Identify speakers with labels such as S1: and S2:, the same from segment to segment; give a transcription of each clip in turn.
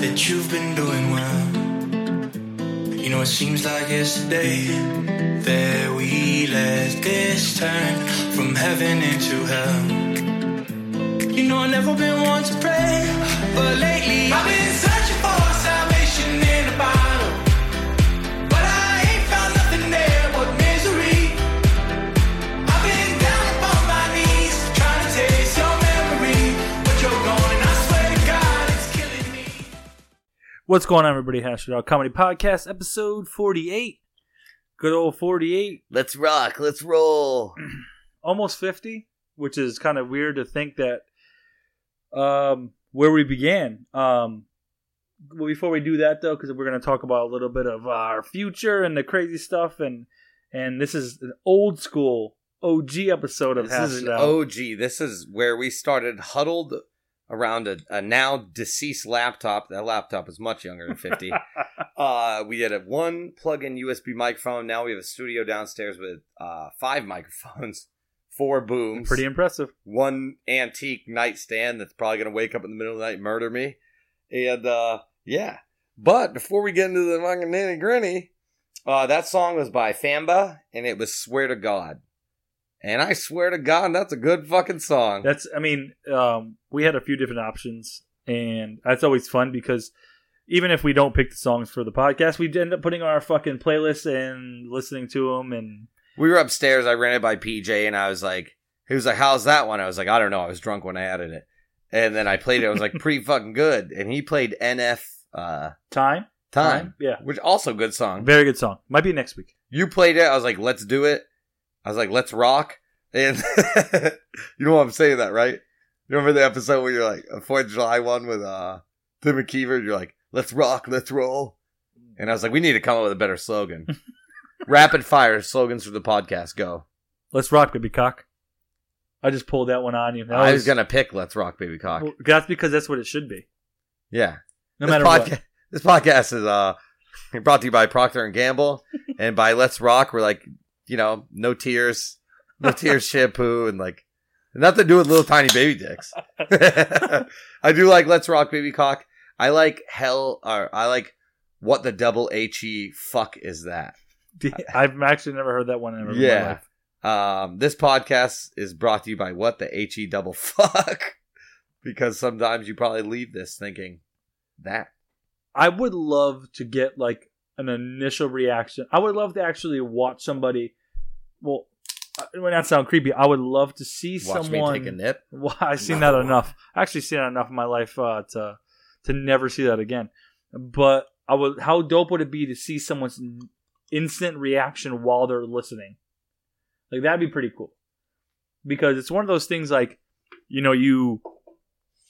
S1: that you've been doing well. You know, it seems like yesterday that we let this turn from heaven into hell. You know, I've never been one to pray, but lately I've been searching for salvation in a bottle. But I ain't found nothing there but misery. I've been down upon my knees trying to taste your memory, but you're gone, and I swear to God, it's killing me.
S2: What's going on, everybody? Hash It Out Comedy Podcast, episode 48. Good old 48,
S3: Let's rock. Let's roll.
S2: almost 50, which is kind of weird to think that um, where we began. Um, well, before we do that, though, because we're going to talk about a little bit of our future and the crazy stuff, and and this is an old school OG episode of
S3: This
S2: Hash
S3: is
S2: It
S3: an
S2: Out.
S3: OG. This is where we started huddled around a, a now deceased laptop. That laptop is much younger than 50. uh, we had a one plug-in USB microphone. Now we have a studio downstairs with uh, five microphones, four booms,
S2: Pretty impressive.
S3: one antique nightstand that's probably going to wake up in the middle of the night and murder me. And uh, yeah. But before we get into the fucking nitty gritty, uh, that song was by Famba and it was Swear to God. And I swear to God, that's a good fucking song.
S2: That's, I mean, um, we had a few different options, and that's always fun because even if we don't pick the songs for the podcast, we end up putting on our fucking playlist and listening to them. And
S3: we were upstairs. I ran it by PJ and I was like, he was like, how's that one? I was like, I don't know. I was drunk when I added it. And then I played it. I was like, pretty fucking good. And he played NF uh,
S2: time,
S3: Time,
S2: yeah,
S3: which also good song.
S2: very good song. Might be next week.
S3: you played it. I was like, let's do it. I was like, let's rock. And you know what I'm saying that, right? Remember the episode where you're like a Fourth of July one with uh Tim McKeever, and you're like, let's rock, let's roll. And I was like, we need to come up with a better slogan. Rapid fire slogans for the podcast. Go.
S2: Let's rock, baby cock. I just pulled that one on you. That
S3: I was gonna pick "Let's Rock, Baby Cock."
S2: Well, that's because that's what it should be,
S3: yeah.
S2: no
S3: this
S2: matter
S3: podca-
S2: what.
S3: This podcast is uh brought to you by Procter and Gamble and by Let's Rock. We're like, you know, no tears, no tears shampoo, and like nothing to do with little tiny baby dicks. I do like Let's Rock Baby Cock. I like Hell, or I like what the double H E fuck is that?
S2: I've actually never heard that one ever. Yeah, in my
S3: Yeah.
S2: life.
S3: Um, this podcast is brought to you by what the H E double fuck, because sometimes you probably leave this thinking that.
S2: I would love to get like an initial reaction. I would love to actually watch somebody. Well, uh, it might not sound creepy. I would love to see
S3: Watch
S2: someone.
S3: me take a nip.
S2: Well, I've seen
S3: No.
S2: that enough. I actually seen that enough in my life uh, to to never see that again. But I would. How dope would it be to see someone's n- instant reaction while they're listening? Like that'd be pretty cool. Because it's one of those things like, you know, you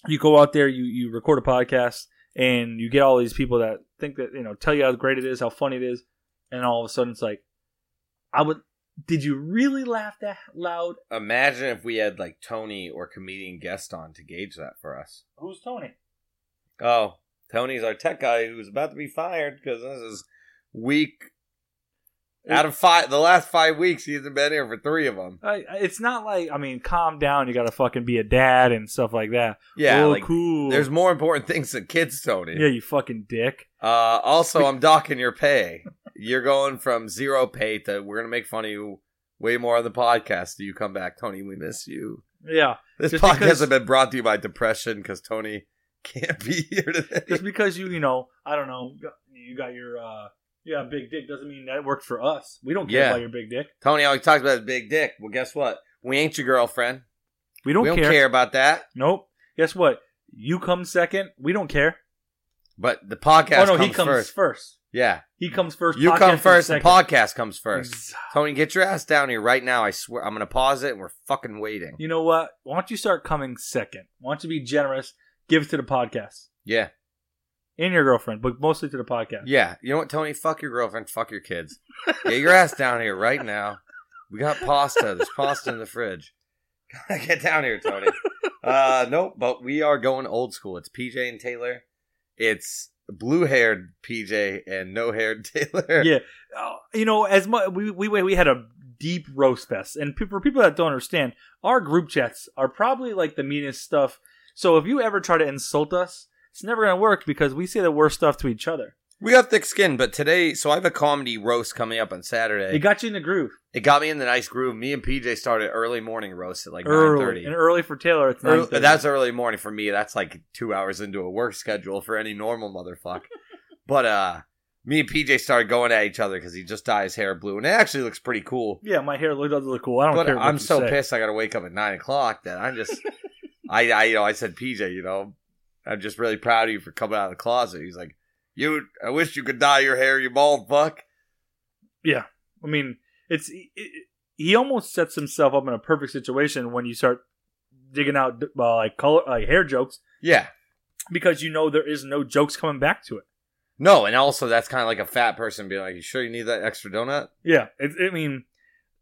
S2: you go out there, you you record a podcast, and you get all these people that think that you know tell you how great it is, how funny it is, and all of a sudden it's like, I would. Did you really laugh that loud?
S3: Imagine if we had like Tony or comedian guest on to gauge that for us.
S2: Who's Tony?
S3: Oh, Tony's our tech guy who's about to be fired because this is week out of five. The last five weeks, he hasn't been here for three of them.
S2: I, I- it's not like I mean, calm down. You got to fucking be a dad and stuff like that.
S3: Yeah,
S2: oh,
S3: like
S2: cool.
S3: there's more important things than kids, Tony.
S2: yeah, you fucking dick.
S3: Uh, also, I'm docking your pay. You're going from zero pay to we're gonna make fun of you way more on the podcast. Do you come back, Tony? We miss you.
S2: Yeah,
S3: This
S2: Just
S3: podcast
S2: because-
S3: has been brought to you by depression because Tony can't be here today.
S2: just because you you know I don't know you got your uh you got a big dick doesn't mean that worked for us. We don't care
S3: Yeah.
S2: about your big dick.
S3: Tony always talks about his big dick. Well, guess what? We ain't your girlfriend.
S2: We don't,
S3: we don't
S2: care.
S3: care. about that.
S2: Nope. Guess what? You come second. We don't care.
S3: But the podcast
S2: oh no,
S3: comes,
S2: he comes first.
S3: first. Yeah.
S2: He comes first.
S3: You
S2: podcast
S3: come
S2: comes
S3: first, the
S2: second. Mm.
S3: podcast comes first. Tony, get your ass down here right now. I swear. I'm going to pause it and we're fucking waiting.
S2: You know what? Why don't you start coming second? Why don't you be generous? Give to the podcast
S3: Yeah.
S2: and your girlfriend, but mostly to the podcast.
S3: Yeah. You know what, Tony? Fuck your girlfriend. Fuck your kids. get your ass down here right now. We got pasta. There's pasta in the fridge. get down here, Tony. Uh, nope. But we are going old school. It's PJ and Taylor. It's blue haired PJ and no haired Taylor.
S2: yeah, Uh, you know, as much we, we we had a deep roast fest, and pe- for people that don't understand, our group chats are probably like the meanest stuff. So if you ever try to insult us, It's never gonna work because we say the worst stuff to each other.
S3: We got thick skin, but today, so I have a comedy roast coming up on Saturday.
S2: It got you in the groove
S3: It got me in the nice groove. Me and PJ started early morning roast at like nine
S2: early,
S3: thirty.
S2: and early for Taylor. It's nine thirty.
S3: That's early morning for me. That's like two hours into a work schedule for any normal motherfucker. but uh, me and PJ started going at each other because he just dyed his hair blue, and it actually looks pretty cool.
S2: yeah. My hair looked doesn't look cool. I don't
S3: But
S2: care. What
S3: I'm
S2: you
S3: so
S2: say.
S3: pissed. I got to wake up at nine o'clock. That I'm just, I, I, you know, I said PJ, you know, I'm just really proud of you for coming out of the closet. He's like, you, I wish you could dye your hair, you bald fuck.
S2: I mean, it's it, it- he almost sets himself up in a perfect situation when you start digging out uh, like color like hair jokes
S3: Yeah.
S2: because you know there is no jokes coming back to it.
S3: No, and also that's kind of like a fat person being like, you sure you need that extra donut?
S2: Yeah, it, I mean,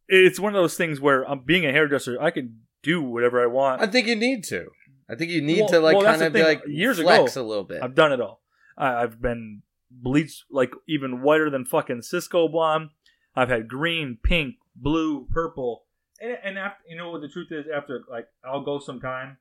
S2: it's one of those things where um, being a hairdresser, I can do whatever I want.
S3: I think you need to. I think you need
S2: Well-
S3: to like
S2: well, that's
S3: kind of
S2: the
S3: be
S2: thing.
S3: like
S2: Years ago,
S3: flex a little bit.
S2: I've done it all. I, I've been bleached like even whiter than fucking Cisco blonde. I've had green, pink, blue, purple, and and after, you know what the truth is. After like I'll go sometime.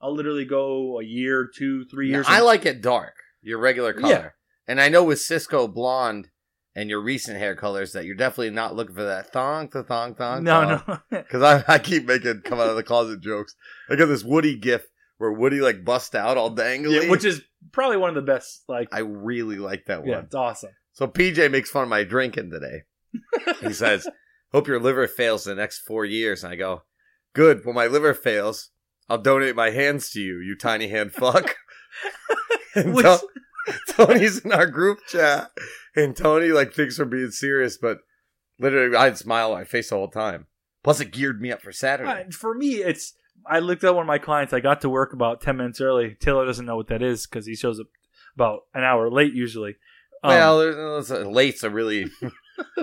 S2: I'll literally go a year, two, three
S3: Now,
S2: years.
S3: I
S2: and-
S3: like it dark, your regular color.
S2: Yeah.
S3: And I know with Cisco blonde and your recent hair colors that you're definitely not looking for that thong, the thong, thong.
S2: no, no.
S3: Because I, I keep making come out of the closet jokes. I got this Woody gif where Woody like busts out all dangly.
S2: Yeah, which is probably one of the best. Like,
S3: I really like that one.
S2: yeah, it's awesome.
S3: So PJ makes fun of my drinking today. He says, Hope your liver fails the next four years. And I go, Good. When my liver fails, I'll donate my hands to you, you tiny hand fuck. and
S2: Which-
S3: Ton- Tony's in our group chat. And Tony like thinks we're being serious, but literally I'd smile on my face the whole time. Plus it geared me up for Saturday.
S2: Uh, for me, it's I looked at one of my clients. I got to work about ten minutes early. Taylor doesn't know what that is because he shows up about an hour late usually. Um,
S3: well, there's, there's a, late's a really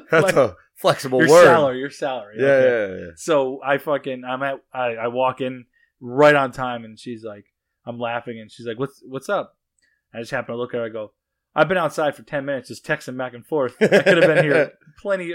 S3: that's a flexible
S2: your
S3: word.
S2: salary, your salary.
S3: Yeah,
S2: okay.
S3: yeah, yeah.
S2: So I fucking I'm at I, I walk in right on time, and she's like, I'm laughing, and she's like, what's what's up? I just happen to look at her. I go. I've been outside for ten minutes, just texting back and forth. I could have been here plenty,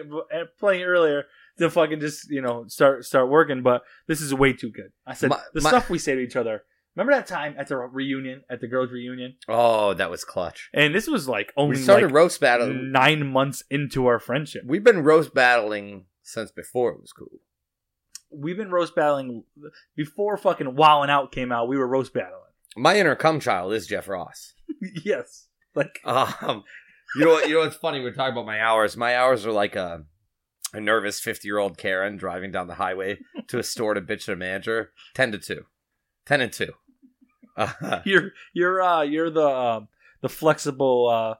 S2: plenty earlier to fucking just you know start start working. But this is way too good. I said
S3: My-
S2: the
S3: my-
S2: stuff we say to each other. Remember that time at the reunion, at the girls' reunion,
S3: Oh, that was clutch.
S2: and this was like
S3: We
S2: only
S3: started
S2: like Mm.
S3: roast battling.
S2: nine months into our friendship.
S3: We've been roast battling since before it was cool.
S2: We've been roast battling before fucking Wow and Out came out. We were roast battling.
S3: My inner cum child is Jeff Ross.
S2: yes, like
S3: Um, you know what? You know what's funny? We're talking about my hours. My hours are like a a nervous fifty year old Karen driving down the highway to a store to bitch at a manager. Ten to two. Ten and two. Uh,
S2: you're you're uh you're the um, the flexible uh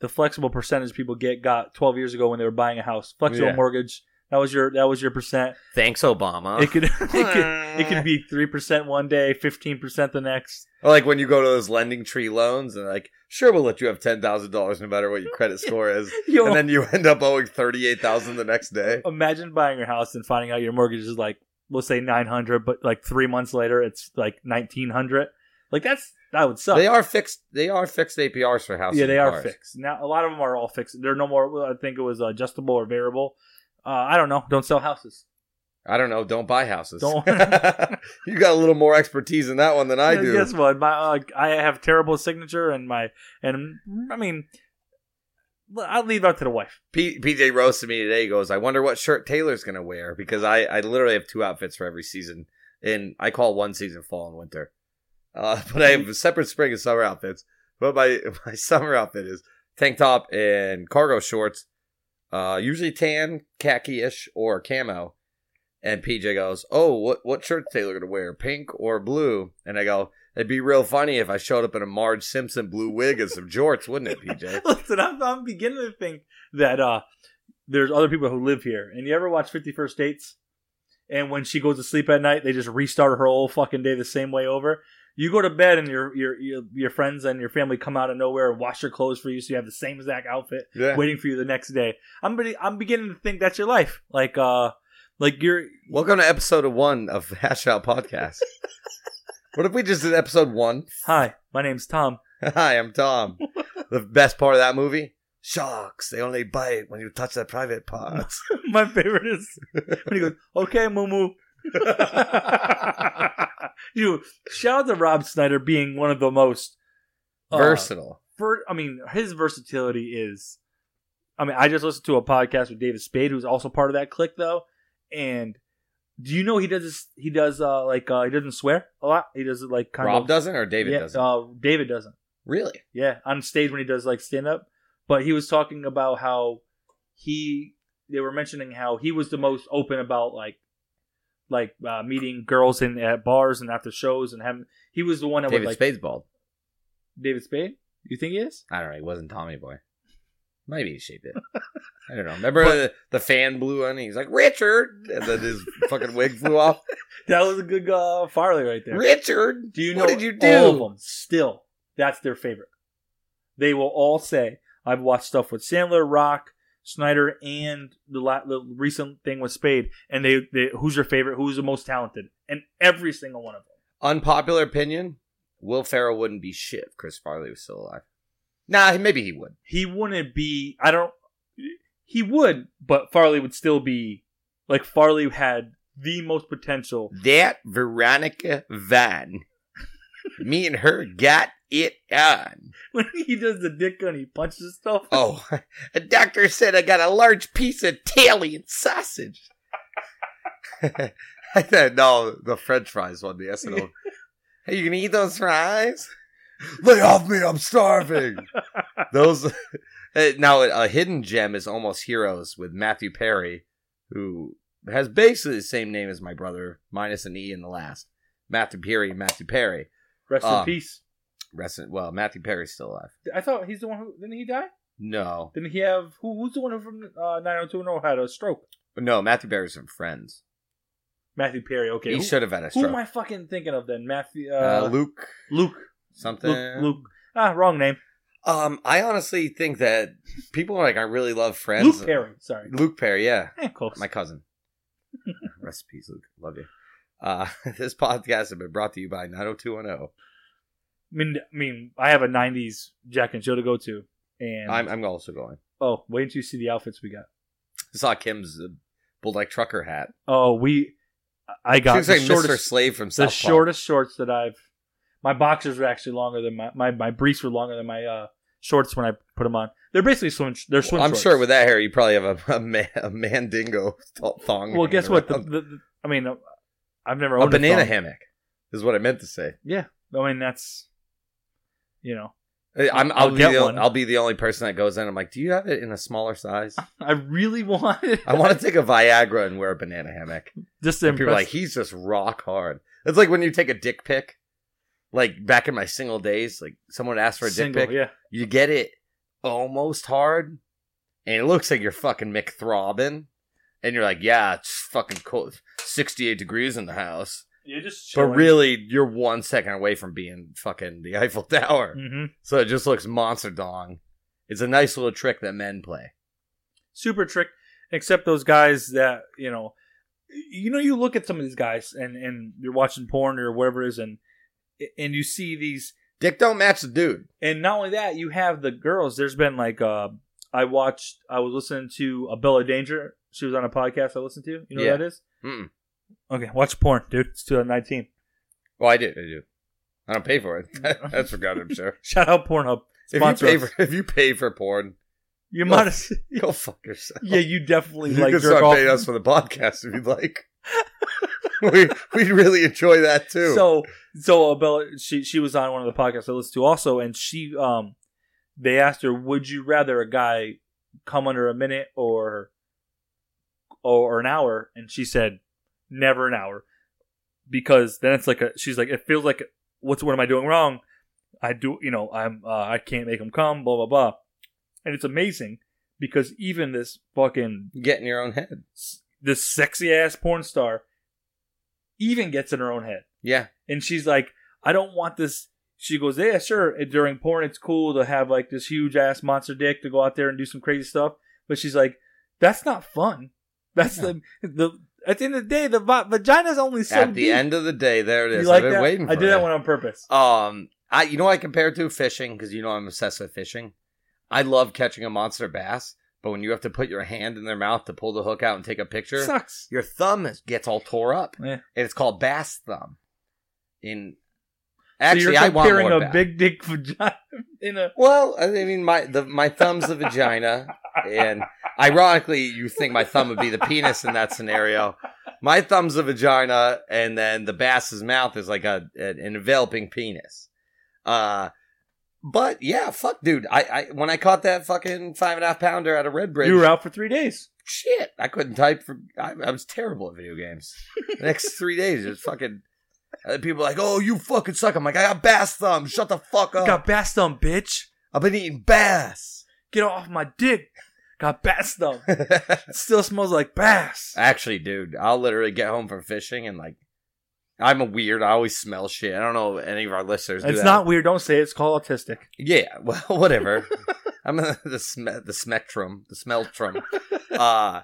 S2: the flexible percentage people get got 12 years ago when they were buying a house. Flexible
S3: Yeah.
S2: mortgage. That was your that was your percent.
S3: thanks, Obama.
S2: It could it could it could be three percent one day, fifteen percent the next.
S3: Or like when you go to those lending tree loans and like, sure, we'll let you have ten thousand dollars no matter what your credit score is,
S2: You
S3: and then you end up owing thirty eight thousand the next day.
S2: imagine buying your house and finding out your mortgage is like we'll say nine hundred, but like three months later it's like nineteen hundred. Like that's that would suck.
S3: They are fixed. They are fixed APRs for houses.
S2: yeah, they
S3: and
S2: are
S3: cars.
S2: fixed now. A lot of them are all fixed. They're no more. I think it was adjustable or variable. Uh, I don't know. Don't sell houses.
S3: I don't know. Don't buy houses.
S2: Don't-
S3: you got a little more expertise in that one than I
S2: Yeah,
S3: do.
S2: Guess what? My uh, I have terrible signature and my and I mean, I'll leave that to the wife.
S3: P- PJ roasted me today. He goes, I wonder what shirt Taylor's going to wear because I, I literally have two outfits for every season. And I call one season fall and winter. Uh, but I have separate spring and summer outfits. But my, my summer outfit is tank top and cargo shorts, uh, usually tan, khaki ish, or camo. And PJ goes, Oh, what, what shirt's Taylor going to wear? Pink or blue? And I go, It'd be real funny if I showed up in a Marge Simpson blue wig and some jorts, wouldn't it, PJ?
S2: Listen, I'm, I'm beginning to think that uh, there's other people who live here. And you ever watch Fifty First Dates? And when she goes to sleep at night, they just restart her whole fucking day the same way over. You go to bed and your your your, your friends and your family come out of nowhere and wash your clothes for you, so you have the same exact outfit
S3: Yeah.
S2: waiting for you the next day. I'm be- I'm beginning to think that's your life. Like uh, like you're
S3: Welcome to episode one of Hash Out Podcast. what if we just did episode one?
S2: hi, my name's Tom.
S3: Hi, I'm Tom. the best part of that movie? Sharks, they only bite when you touch their private parts.
S2: My favorite is when he goes, "Okay, Moo Moo." you shout out to Rob Snyder being one of the most Uh,
S3: Versatile.
S2: for I mean, his versatility is. I mean, I just listened to a podcast with David Spade, who's also part of that clique, though. And do you know he does this, he does uh like uh he doesn't swear a lot. He does it like kind
S3: Rob
S2: of
S3: doesn't or David
S2: yeah,
S3: doesn't?
S2: Uh, David doesn't.
S3: really?
S2: Yeah, on stage when he does like stand up. But he was talking about how he they were mentioning how he was the most open about like like uh, meeting girls in at bars and after shows and having he was the one that
S3: David
S2: would like
S3: Spade's bald.
S2: David Spade. You think he is?
S3: I don't know. He wasn't Tommy Boy. Maybe he shaped it. I don't know. Remember the, the fan blew on? He's like Richard, and then his fucking wig flew off.
S2: That was a good uh, Farley right there.
S3: Richard,
S2: Do you know
S3: what did you do?
S2: All of them still. That's their favorite. They will all say, "I've watched stuff with Sandler, Rock, Snyder, and the, la- the recent thing with Spade." And they, they, who's your favorite? Who's the most talented? And every single one of them.
S3: Unpopular opinion: Will Ferrell wouldn't be shit if Chris Farley was still alive. Nah, maybe he would.
S2: He wouldn't be. I don't. He would, but Farley would still be. Like Farley had the most potential.
S3: That Veronica Van, me and her got it on.
S2: When he does the dick gun, he punches stuff.
S3: Oh, a doctor said I got a large piece of Italian sausage. I said, no, the French fries one, the SNL. hey, you gonna eat those fries? Lay off me, I'm starving. those Eh, now a hidden gem is almost heroes with Matthew Perry, who has basically the same name as my brother, minus an e in the last. Matthew Perry, Matthew Perry.
S2: Rest in
S3: um,
S2: peace.
S3: Rest in, well, Matthew Perry's still alive.
S2: I thought he's the one who didn't he die.
S3: No,
S2: Didn't he have who? Who's the one from uh, 90210 had a stroke?
S3: no, Matthew Perry's from Friends.
S2: Matthew Perry. Okay,
S3: He
S2: who,
S3: should have had a
S2: who am
S3: stroke.
S2: I fucking thinking of then? Matthew
S3: uh,
S2: uh,
S3: Luke
S2: Luke,
S3: something.
S2: Luke, Luke. Ah, wrong name.
S3: Um, I honestly think that people are like I really love Friends.
S2: Luke Perry. Sorry,
S3: Luke Perry, yeah,
S2: Eh, close.
S3: my cousin. Recipes, Luke. Love you. Uh, this podcast has been brought to you by 90210.
S2: I mean, I mean, I have a '90s Jack and Jill to go to, and
S3: I'm, I'm also going.
S2: oh, wait until you see the outfits we got.
S3: I saw Kim's uh, bulldog trucker hat.
S2: Oh, we, I got
S3: She
S2: the
S3: looks like Mr.
S2: shortest,
S3: Slave from
S2: the
S3: South Park.
S2: shortest shorts that I've. My boxers were actually longer than my my, my briefs were longer than my uh, shorts when I put them on. They're basically swim. They're swim.
S3: Well, I'm
S2: shorts.
S3: sure with that hair, you probably have a, a, man, a mandingo th- thong.
S2: Well,
S3: hanging
S2: guess what? The,
S3: around.
S2: the, the- I mean, uh, I've never
S3: a
S2: owned
S3: banana
S2: thong.
S3: hammock is what I meant to say.
S2: Yeah, I mean that's you know,
S3: Hey, I'm,
S2: I'll
S3: I'll, be
S2: get
S3: the,
S2: one.
S3: I'll be the only person that goes in. I'm like, do you have it in a smaller size?
S2: I really wanted
S3: I want to take a Viagra and wear a banana hammock.
S2: just to
S3: And people are
S2: impress.
S3: like, he's just rock hard. It's like when you take a dick pic. Like back in my single days, like someone asked for a
S2: single,
S3: dick pic,
S2: yeah.
S3: you get it almost hard, and it looks like you're fucking McThrobbing, and you're like, yeah, it's fucking cold, 68 degrees in the house,
S2: You're just
S3: but really you're one second away from being fucking the Eiffel Tower.
S2: hmm
S3: So it just looks monster dong. It's a nice little trick that men play.
S2: super trick. Except those guys that you know, you know, you look at some of these guys and and you're watching porn or whatever it is, and and you see these
S3: Dick don't match the dude.
S2: and not only that, you have the girls. There's been like uh, I watched, I was listening to a Bella Danger. She was on a podcast I listened to. You know
S3: Yeah.
S2: what that is?
S3: Mm-mm.
S2: Okay, watch porn, dude. It's 2019.
S3: Well, I do. I do. I don't pay for it. That's for goddamn sure.
S2: Shout out Pornhub.
S3: If you,
S2: Sponsor
S3: pay
S2: us.
S3: for, if you pay for porn,
S2: You
S3: Go-
S2: might as-
S3: go fuck yourself.
S2: yeah, you definitely
S3: you
S2: like
S3: can
S2: jerk
S3: start
S2: off.
S3: paying us for the podcast if you'd like. we we really enjoy that too.
S2: So so uh, Bella, she she was on one of the podcasts I listened to also, and she um, they asked her, would you rather a guy come under a minute or or, or an hour, and she said, never an hour, because then it's like a she's like it feels like what's what am I doing wrong? I do you know I'm uh, I can't make him come blah blah blah, and it's amazing because even this fucking
S3: get in your own head.
S2: this sexy ass porn star even gets in her own head.
S3: Yeah,
S2: And she's like, I don't want this. She goes, Yeah, sure. And During porn, it's cool to have like this huge ass monster dick to go out there and do some crazy stuff. But she's like, That's not fun. That's the, the, at the end of the day, the va- vagina's only so
S3: at the
S2: deep.
S3: end of the day, there it
S2: You
S3: is.
S2: like
S3: I've been
S2: that?
S3: waiting. For
S2: I did
S3: it.
S2: that one on purpose.
S3: Um, I you know what I compare it to fishing because you know I'm obsessed with fishing. I love catching a monster bass, but when you have to put your hand in their mouth to pull the hook out and take a picture,
S2: Sucks.
S3: your thumb is- gets all tore up,
S2: Yeah.
S3: and it's called bass thumb. In Actually, I want
S2: comparing
S3: more
S2: a
S3: back.
S2: big dick vagina in a
S3: Well, I mean, my the, my thumb's the vagina, and ironically, you think my thumb would be the penis in that scenario. My thumb's the vagina, and then the bass's mouth is like a an enveloping penis. Uh, but yeah, fuck, dude. I, I when I caught that fucking five and a half pounder at a red bridge,
S2: you were out for three days.
S3: shit, I couldn't type for. I, I was terrible at video games. the next three days, it was fucking. uh, People were like, oh, you fucking suck. I'm like, I got bass thumb. Shut the fuck up.
S2: Got bass thumb, bitch.
S3: I've been eating bass.
S2: Get off my dick. Got bass thumb. Still smells like bass.
S3: Actually, dude, I'll literally get home from fishing and like, I'm a weird. I always smell shit. I don't know if any of our listeners. Do
S2: It's
S3: that.
S2: not weird. Don't say it. It's called autistic.
S3: Yeah. Well, whatever. I'm the the, sm- the spectrum, the smeltrum. Uh,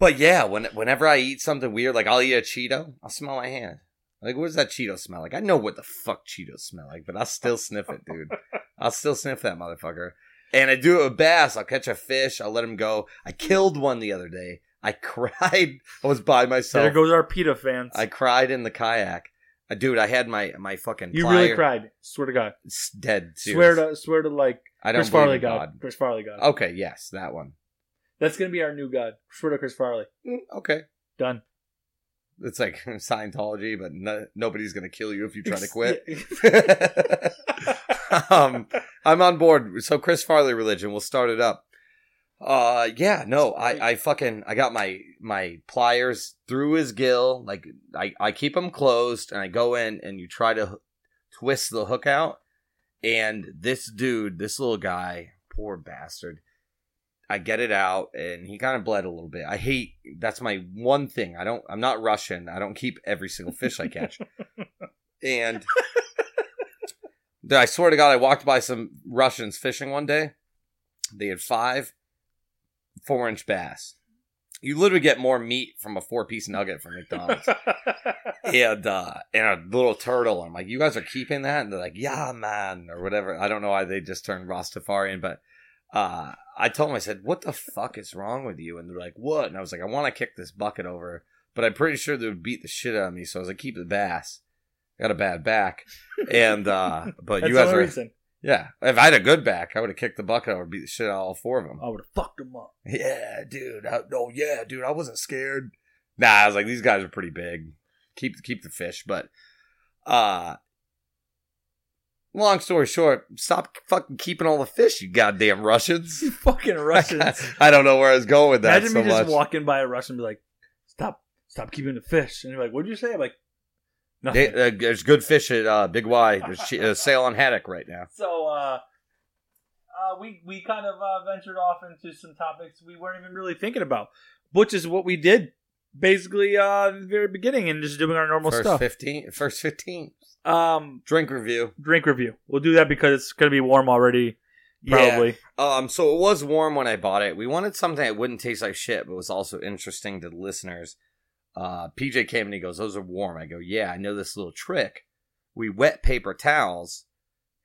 S3: but yeah, when whenever I eat something weird, like I'll eat a Cheeto, I'll smell my hand. Like, what does that Cheeto smell like? I know what the fuck Cheetos smell like, but I'll still sniff it, dude. I'll still sniff that motherfucker. And I do it with bass. I'll catch a fish. I'll let him go. I killed one the other day. I cried. I was by myself.
S2: there goes our PETA fans.
S3: I cried in the kayak. Uh, dude, I had my my fucking
S2: you
S3: plier
S2: really cried. Swear to God.
S3: s- dead.
S2: Swear
S3: Serious.
S2: to swear to like
S3: I don't
S2: Chris Farley
S3: believe in
S2: God. Chris Farley God.
S3: God. Oh. Okay, yes, that one.
S2: That's gonna be our new God. Swear to Chris Farley.
S3: Mm, Okay,
S2: Done.
S3: it's like Scientology, but no, nobody's gonna kill you if you try to quit. um, I'm on board. So Chris Farley religion, we'll start it up. Uh, yeah, no, I, I fucking, I got my, my pliers through his gill. Like I, I keep them closed and I go in and you try to h- twist the hook out. And this dude, this little guy, poor bastard, I get it out and he kind of bled a little bit. I hate, that's my one thing. I don't, I'm not Russian. I don't keep every single fish I catch. and Dude, I swear to God, I walked by some Russians fishing one day. They had five four inch bass. You literally get more meat from a four piece nugget from McDonald's. and, uh, and a little turtle. I'm like, you guys are keeping that? And they're like, yeah, man, or whatever. I don't know why they just turned Rastafarian, but uh, I told them, I said, what the fuck is wrong with you? And they're like, what? And I was like, I want to kick this bucket over, but I'm pretty sure they would beat the shit out of me. So I was like, keep the bass. I got a bad back. And, uh, but
S2: That's
S3: you
S2: the
S3: guys
S2: only
S3: are.
S2: reason.
S3: Yeah, if I had a good back, I would have kicked the bucket. I would beat the shit out of all four of them.
S2: I would have fucked him up.
S3: Yeah, dude. I, oh yeah, dude. I wasn't scared. Nah, I was like, these guys are pretty big. Keep keep the fish, but uh, long story short, stop fucking keeping all the fish, you goddamn Russians.
S2: You fucking Russians.
S3: I don't know where I was going with that
S2: Imagine
S3: so
S2: me just
S3: much.
S2: walking by a Russian and be like, Stop stop keeping the fish. And you're like, What'd you say? I'm like, nothing.
S3: They- uh, there's good fish at uh, Big Y. There's sh- uh, sale on Haddock right now.
S2: So uh, uh, we we kind of uh, ventured off into some topics we weren't even really thinking about, which is what we did basically uh, in the very beginning and just doing our normal
S3: first
S2: stuff.
S3: fifteen, first fifteen.
S2: Um,
S3: Drink review.
S2: drink review. We'll do that because it's gonna be warm already. Probably.
S3: Um, so it was warm when I bought it. We wanted something that wouldn't taste like shit, but was also interesting to the listeners. Uh, PJ came and he goes, "Those are warm." I go, "Yeah, I know this little trick. We wet paper towels,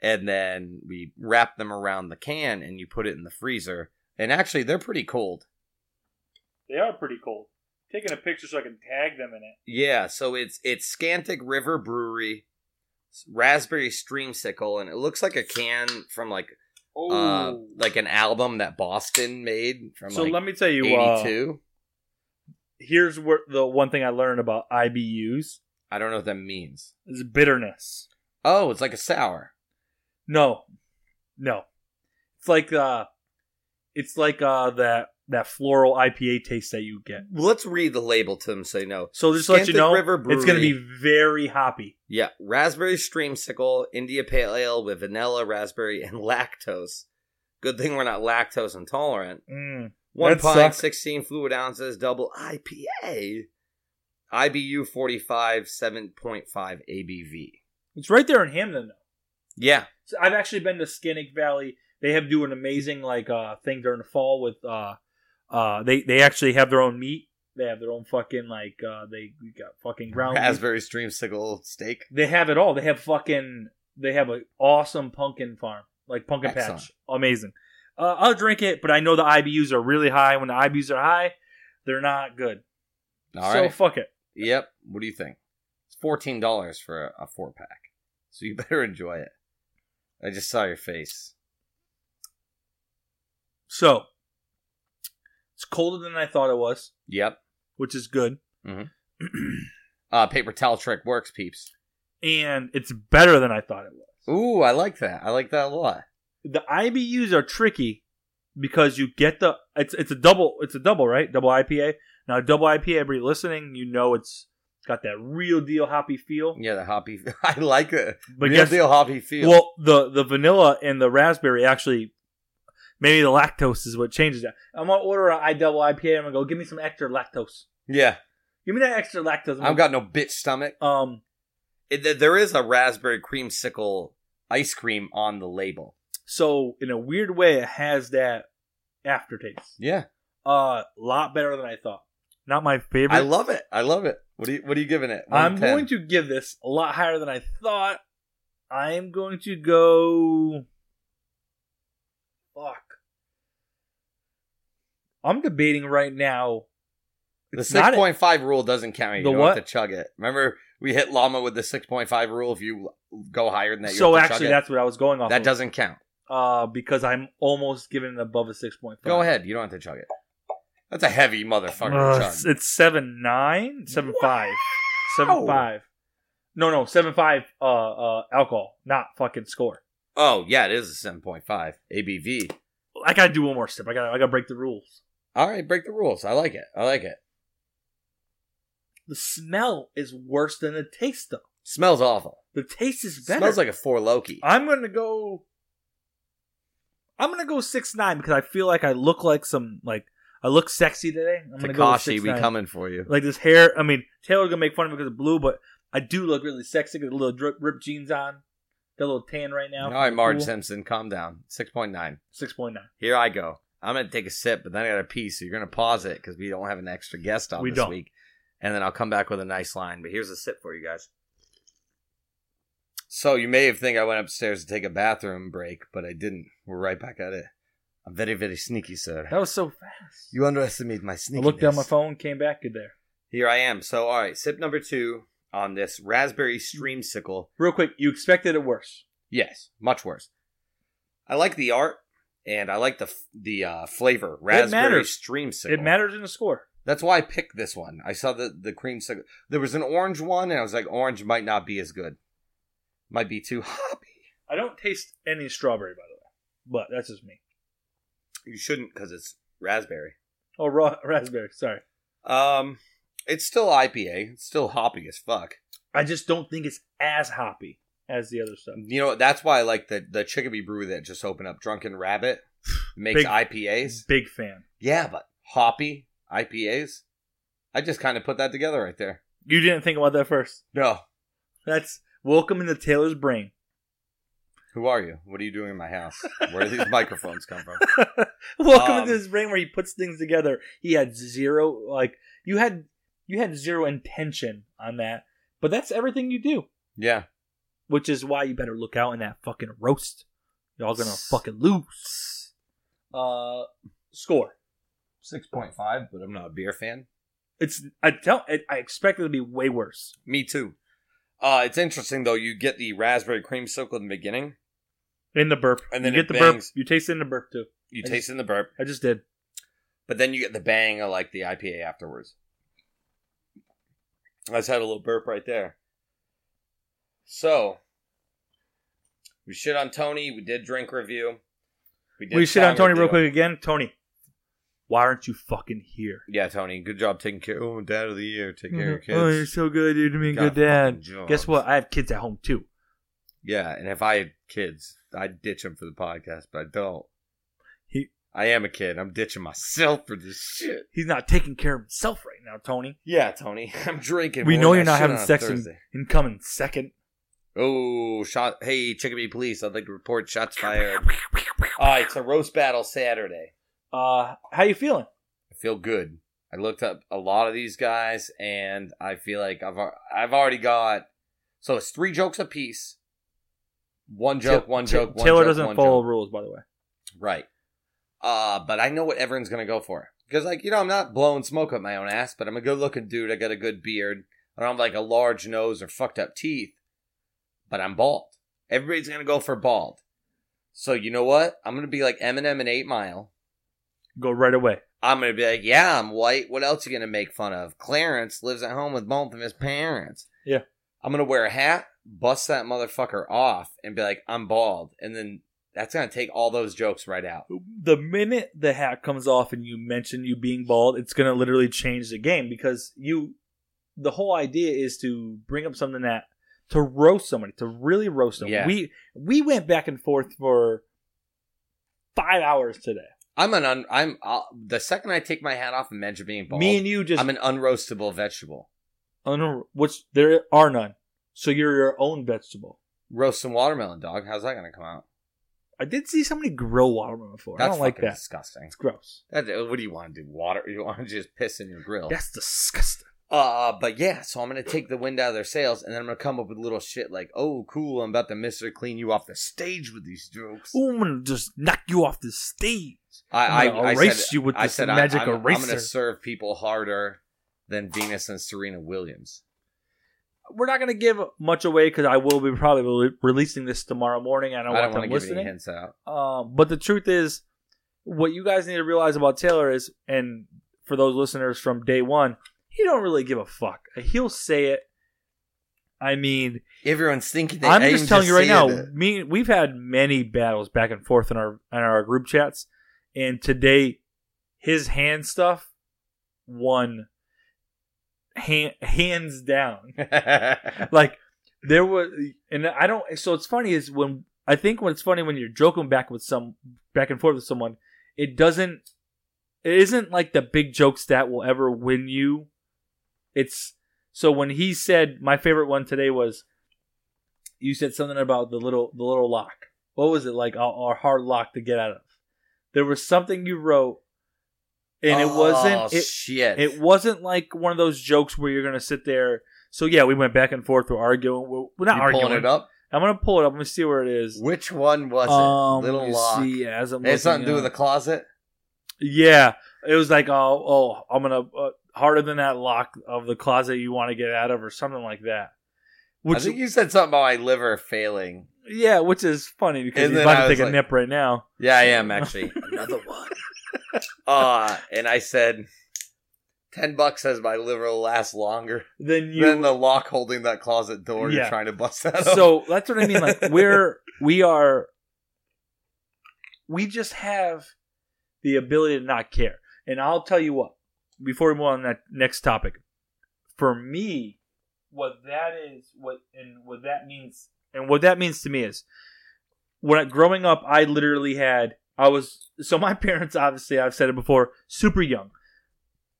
S3: and then we wrap them around the can, and you put it in the freezer. And actually, they're pretty cold.
S2: They are pretty cold. Taking a picture so I can tag them in it.
S3: Yeah. So it's it's Scantic River Brewery raspberry streamsicle, and it looks like a can from like
S2: Oh,
S3: uh, like an album that Boston made from
S2: so
S3: like
S2: let me tell you. Uh,
S3: eighty-two.
S2: here's where the one thing I learned about IBUs
S3: I don't know what that means.
S2: is bitterness.
S3: Oh, it's like a sour.
S2: No, no. It's like uh, it's like uh that that floral IPA taste that you get.
S3: Let's read the label to them so they know.
S2: So just to let you
S3: Scantic
S2: know,
S3: River
S2: it's going to be
S3: Brewery.
S2: very hoppy.
S3: Yeah, raspberry streamsicle, India pale ale with vanilla, raspberry, and lactose. Good thing we're not lactose intolerant.
S2: Mm.
S3: One
S2: That
S3: pint,
S2: sucks.
S3: sixteen fluid ounces, double IPA, IBU forty five, seven point five ABV.
S2: It's right there in Hamden. Though.
S3: Yeah,
S2: So I've actually been to Skinnick Valley. They have do an amazing like uh thing during the fall with uh uh they they actually have their own meat. They have their own fucking like uh they we got fucking ground beef.
S3: raspberry streamsicle steak.
S2: They have it all. They have fucking. They have an awesome pumpkin farm, like pumpkin
S3: Excellent.
S2: patch. Amazing. Uh, I'll drink it, but I know the IBUs are really high. When the IBUs are high, they're not good.
S3: All
S2: so
S3: right.
S2: fuck it.
S3: Yep. What do you think? It's fourteen dollars for a, a four pack. so you better enjoy it. I just saw your face.
S2: So it's colder than I thought it was,
S3: Yep.
S2: which is good.
S3: Mhm. Uh, paper towel trick works, peeps.
S2: and it's better than I thought it was.
S3: Ooh, I like that. I like that a lot.
S2: The IBUs are tricky because you get the it's it's a double it's a double right double IPA. Now double IPA, everybody listening, you know it's got that real deal hoppy feel.
S3: Yeah, the hoppy. I like it.
S2: But
S3: Real
S2: guess
S3: deal hoppy feel.
S2: well the the vanilla and the raspberry actually maybe the lactose is what changes that. I'm gonna order an I double IPA. I'm gonna go give me some extra lactose.
S3: yeah,
S2: Give me that extra lactose.
S3: I've got no bitch stomach.
S2: um
S3: It, there- there is a raspberry creamsicle ice cream on the label.
S2: so in a weird way it has that aftertaste.
S3: Yeah,
S2: A uh, lot better than I thought. Not my favorite.
S3: I love it. I love it. What are you What are you giving it?
S2: I'm
S3: 110.
S2: going to give this a lot higher than I thought. I'm going to go. Fuck. I'm debating right now.
S3: The
S2: not
S3: six point five rule doesn't count. You
S2: The
S3: don't
S2: what?
S3: have to chug it. Remember, we hit llama with the six point five rule. If you go higher than that, you
S2: so
S3: have to chug
S2: actually,
S3: it.
S2: that's what I was going off.
S3: that
S2: of,
S3: doesn't count.
S2: uh, because I'm almost giving it above a six point five.
S3: Go ahead. You don't have to chug it. That's a heavy motherfucker
S2: Uh,
S3: to
S2: it's,
S3: chug.
S2: it's seven nine, seven five, seven
S3: Wow.
S2: five. No, no, seven five. Uh, uh, alcohol, not fucking score.
S3: Oh yeah, it is a seven point five ABV.
S2: I gotta do one more step. I gotta, I gotta break the rules.
S3: All right, break the rules. I like it. I like it.
S2: The smell is worse than the taste, though.
S3: Smells awful.
S2: The taste is better.
S3: Smells like a four Loki.
S2: I'm gonna go. I'm gonna go six nine because I feel like I look like some like I look sexy today. I'm gonna go
S3: Takashi,
S2: six
S3: we
S2: nine.
S3: coming for you.
S2: like this hair. I mean, Taylor's gonna make fun of me because of blue, but I do look really sexy. Got a little drip, ripped jeans on, got a little tan right now.
S3: All right, Marge Simpson, calm down. Six point nine.
S2: Six point nine.
S3: Here I go. I'm gonna take a sip, but then I got a pee, so you're gonna pause it because we don't have an extra guest on
S2: We
S3: this
S2: don't.
S3: week. And then I'll come back with a nice line. But here's a sip for you guys. So you may have think I went upstairs to take a bathroom break, but I didn't. We're right back at it. I'm very, very sneaky, sir.
S2: That was so fast.
S3: You underestimate my
S2: I
S3: sneakiness.
S2: looked down my phone, came back in there.
S3: Here I am. So all right, sip number two on this raspberry streamsicle.
S2: Real quick, you expected it worse.
S3: Yes, much worse. I like the art and I like the f- the uh, flavor raspberry
S2: matters.
S3: streamsicle.
S2: It matters in the score.
S3: That's why I picked this one. I saw the the cream cigar. There was an orange one, and I was like, orange might not be as good. Might be too hoppy.
S2: I don't taste any strawberry, by the way, but that's just me.
S3: You shouldn't because it's raspberry.
S2: Oh, raw raspberry. Sorry.
S3: Um, it's still IPA. It's still hoppy as fuck.
S2: I just don't think it's as hoppy as the other stuff.
S3: You know that's why I like the the Chickabee Brew that just opened up. Drunken Rabbit makes
S2: Big-
S3: IPAs.
S2: Big fan.
S3: Yeah, but hoppy IPAs. I just kind of put that together right there.
S2: You didn't think about that first.
S3: No,
S2: That's welcome into Taylor's brain.
S3: who are you? What are you doing in my house? Where do these microphones come from?
S2: welcome
S3: Um,
S2: into his brain where he puts things together. He had zero like you had you had zero intention on that. But that's everything you do.
S3: Yeah.
S2: Which is why you better look out in that fucking roast. Y'all gonna fucking lose. Uh score.
S3: six point five, but I'm not a beer fan.
S2: It's I tell I, I expect it to be way worse.
S3: Me too. Uh, it's interesting though. You get the raspberry creamsicle in the beginning.
S2: In the burp.
S3: And then
S2: you
S3: it
S2: get the burp.
S3: bangs.
S2: You taste it in the burp too.
S3: You
S2: I
S3: taste it in the burp,
S2: I just did.
S3: but then you get the bang of like the IPA afterwards. I just had a little burp right there. So we shit on Tony. We did drink review. did
S2: we shit on
S3: song
S2: Tony real
S3: review.
S2: quick again. Tony, why aren't you fucking here?
S3: Yeah, Tony, good job taking care. Oh, dad of the year, take care of your
S2: Oh, you're
S3: kids.
S2: so good, dude. To be a
S3: God
S2: good dad.
S3: fucking job.
S2: Guess what? I have kids at home too.
S3: Yeah, and if I had kids, I'd ditch them for the podcast, but I don't.
S2: He-
S3: I am a kid. I'm ditching myself for this shit.
S2: He's not taking care of himself right now, Tony.
S3: Yeah, Tony, I'm drinking.
S2: we
S3: more
S2: know
S3: than
S2: you're
S3: I
S2: not
S3: should
S2: having
S3: on a
S2: sex in,
S3: Thursday.
S2: in coming second.
S3: Oh, shot! Hey, Chickabee police! I'd like to report shots fired. All right, it's a roast battle Saturday.
S2: Uh, how you feeling?
S3: I feel good. I looked up a lot of these guys, and I feel like I've al- I've already got. So it's three jokes a piece. One joke,
S2: Ta-
S3: one
S2: Ta-
S3: joke, one
S2: Taylor
S3: joke,
S2: doesn't
S3: one
S2: follow
S3: joke.
S2: rules, by the way.
S3: Right. Uh, but I know what everyone's gonna go for. Because like, you know, I'm not blowing smoke up my own ass, but I'm a good looking dude, I got a good beard, I don't have like a large nose or fucked up teeth. but I'm bald. Everybody's gonna go for bald. So you know what? I'm gonna be like Eminem and Eight Mile.
S2: Go right away.
S3: I'm gonna be like, yeah, I'm white. What else you gonna make fun of? Clarence lives at home with both of his parents.
S2: Yeah.
S3: I'm gonna wear a hat, bust that motherfucker off, and be like, I'm bald, and then that's gonna take all those jokes right out.
S2: The minute the hat comes off and you mention you being bald, it's gonna literally change the game because you. The whole idea is to bring up something that to roast somebody, to really roast them.
S3: Yeah.
S2: We we went back and forth for five hours today.
S3: I'm an un- I'm uh, the second I take my hat off and mention being bald,
S2: Me and you just
S3: I'm an unroastable vegetable.
S2: un- which there are none. So you're your own vegetable.
S3: Roast some watermelon, dog. How's that gonna come out?
S2: I did see somebody grow watermelon before. I don't like
S3: fucking
S2: that.
S3: Disgusting.
S2: It's gross.
S3: That, uh, what do you want to do? Water? You want to just piss in your grill?
S2: That's disgusting.
S3: Uh, but yeah, so I'm gonna take the wind out of their sails, and then I'm gonna come up with little shit like, "Oh, cool, I'm about to Mister Clean you off the stage with these jokes."
S2: Ooh, I'm gonna just knock you off the stage.
S3: I,
S2: I'm gonna
S3: I, I
S2: erase
S3: said,
S2: you with
S3: I
S2: this
S3: said,
S2: magic
S3: I, I'm, I'm
S2: eraser.
S3: gonna serve people harder than Venus and Serena Williams.
S2: We're not gonna give much away because I will be probably re- releasing this tomorrow morning. I
S3: I
S2: don't,
S3: don't,
S2: want
S3: want
S2: them
S3: to give any
S2: listening.
S3: hints out.
S2: Um, but the truth is, what you guys need to realize about Taylor is, and for those listeners from day one, he don't really give a fuck. He'll say it. I mean,
S3: Everyone's thinking. That
S2: I'm
S3: I
S2: just
S3: am
S2: telling you right now.
S3: saying that.
S2: Me, we've had many battles back and forth in our in our group chats, and today, his hand stuff won, hand, hands down. Like there was, and I don't. So it's funny is when I think what's funny when you're joking back with some back and forth with someone, it doesn't. It isn't like the big jokes that will ever win you. It's so when he said my favorite one today was you said something about the little the little lock. What was it like? Our, our hard lock to get out of. There was something you wrote, and it
S3: Oh,
S2: wasn't it,
S3: shit.
S2: it wasn't like one of those jokes where you're gonna sit there. So yeah, we went back and forth. We're arguing. We're, we're not
S3: You
S2: arguing.
S3: pulling it up.
S2: I'm gonna pull it up. I'm gonna see where it is.
S3: Which one was
S2: Um,
S3: it? Little
S2: let me
S3: lock.
S2: See, as I'm
S3: It has something to do with
S2: looking
S3: the
S2: up.
S3: closet.
S2: Yeah, it was like oh oh I'm gonna uh, harder than that lock of the closet you want to get out of or something like that.
S3: I
S2: Which
S3: think you said something about my liver failing.
S2: yeah, which is funny because
S3: And
S2: he's
S3: then
S2: about
S3: I
S2: to
S3: was
S2: take a
S3: like-
S2: nip right now.
S3: Yeah, I am actually. Another one. Uh, and I said, 10 bucks says my liver will last longer
S2: then you
S3: than the lock holding that closet door
S2: Yeah.
S3: you're trying to bust that up.
S2: so that's what i mean like we're we are we just have the ability to not care and i'll tell you what before we move on to that next topic for me what that is what and what that means and what that means to me is when I, growing up i literally had i was so my parents obviously i've said it before super young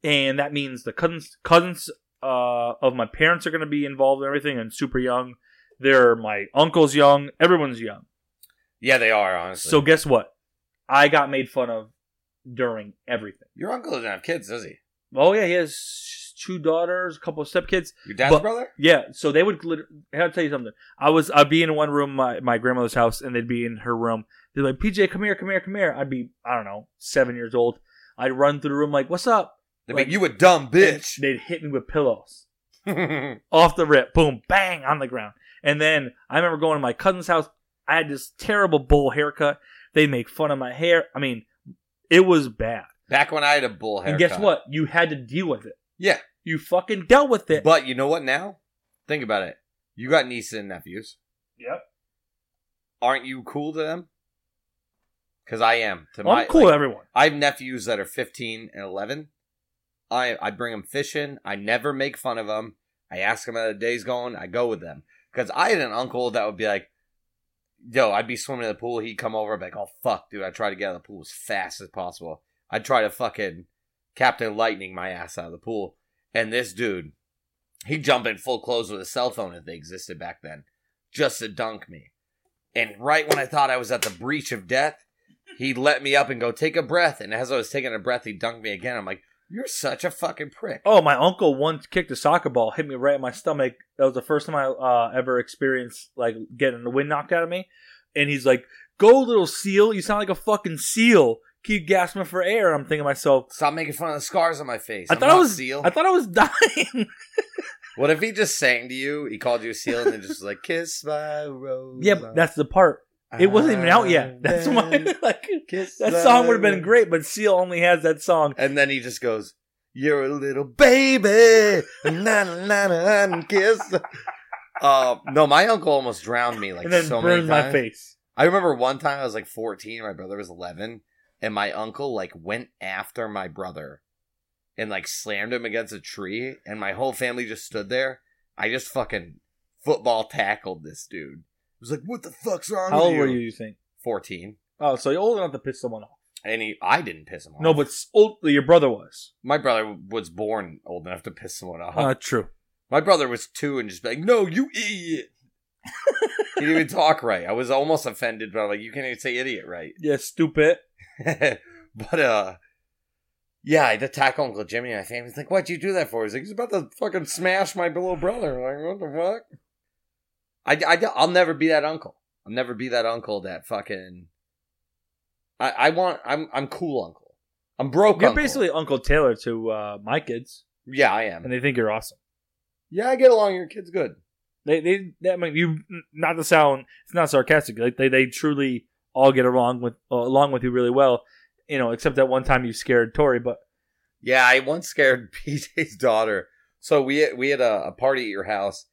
S2: and that means the cousins cousins uh, of my parents are going to be involved in everything and super young they're my uncle's young. Everyone's young.
S3: yeah, they are, honestly.
S2: So guess what? I got made fun of during everything.
S3: your uncle doesn't have kids, does he?
S2: Oh yeah, he has two daughters, a couple of stepkids.
S3: Your dad's
S2: But-
S3: brother?
S2: Yeah, so they would. lit- I'll tell you something. I was I'd be in one room, my my grandmother's house, and they'd be in her room. They're like, PJ, come here, come here, come here. I'd be I don't know seven years old. I'd run through the room like, what's up?
S3: They
S2: Like-
S3: mean, you a dumb bitch.
S2: They'd hit me with pillows.
S3: yeah,
S2: off the rip, boom, bang, on the ground. And then I remember going to my cousin's house. I had this terrible bowl haircut. They make fun of my hair. I mean, it was bad.
S3: back when I had a bull haircut.
S2: And guess what? You had to deal with it.
S3: Yeah.
S2: You fucking dealt with it.
S3: But you know what now? Think about it. You got nieces and nephews.
S2: Yep.
S3: Aren't you cool to them? Because I am. To
S2: Well,
S3: my,
S2: I'm cool
S3: like,
S2: with everyone.
S3: I have nephews that are 15 and 11. I I bring them fishing. I never make fun of them. I ask them how the day's going. I go with them because I had an uncle that would be like, "Yo, I'd be swimming in the pool. He'd come over, I'd be like, oh fuck, dude. I try to get out of the pool as fast as possible. I'd try to fucking Captain Lightning my ass out of the pool. And this dude, he'd jump in full clothes with a cell phone if they existed back then, just to dunk me. And right when I thought I was at the breach of death, he let me up and go take a breath. And as I was taking a breath, he dunked me again. I'm like, you're such a fucking prick.
S2: Oh, my uncle once kicked a soccer ball, hit me right in my stomach. That was the first time I uh, ever experienced like getting the wind knocked out of me. And he's like, "Go, little seal! You sound like a fucking seal." Keep gasping for air. I'm thinking to myself,
S3: Stop making fun of the scars on my face.
S2: I
S3: I'm
S2: thought
S3: not
S2: I was
S3: seal.
S2: I thought I was dying.
S3: What if he just sang to you? He called you a seal and then just was like kiss my rose.
S2: Yeah, but that's the part. It wasn't even out yet. That's
S3: I'm
S2: why,
S3: in.
S2: like,
S3: Kiss
S2: Ah, that
S3: my
S2: song would have been
S3: rose.
S2: great, but Seal only has that song.
S3: And then he just goes, "You're a little baby, na na na na, and kiss." Uh, no, my uncle almost drowned me like
S2: and then
S3: so many
S2: burn my
S3: times.
S2: face.
S3: I remember one time I was like 14, my brother was 11, and my uncle like went after my brother and like slammed him against a tree, and my whole family just stood there. I just fucking football tackled this dude. It was like, "What the fuck's wrong
S2: How
S3: with
S2: old
S3: you?"
S2: were you, you think?
S3: 14.
S2: Oh, so you're old enough to piss someone off.
S3: And he, I didn't piss him off.
S2: No, but s- old, your brother was.
S3: my brother was born old enough to piss someone off.
S2: Uh, true.
S3: My brother was two and just be like, "No, you idiot." he didn't even talk right. I was almost offended, but I'm like, "You can't even say idiot right."
S2: Yeah, stupid.
S3: but uh, yeah, I had to tackle Uncle Jimmy. And I think he's like, "Why'd you do that for?" He's like, "He's about to fucking smash my little brother." I'm like, what the fuck? I, I I'll never be that uncle. I'll never be that uncle that fucking. I I want I'm I'm cool uncle. I'm broke.
S2: You're
S3: uncle.
S2: basically Uncle Taylor to uh, my kids,
S3: yeah, I am.
S2: and they think you're awesome.
S3: Yeah, I get along. Your kid's good.
S2: They, they, they I mean, you. Not to sound, it's not sarcastic. Like they, they truly all get along with uh, along with you really well. You know, except that one time you scared Tori, but
S3: Yeah, I once scared PJ's daughter. So we we had a, a party at your house.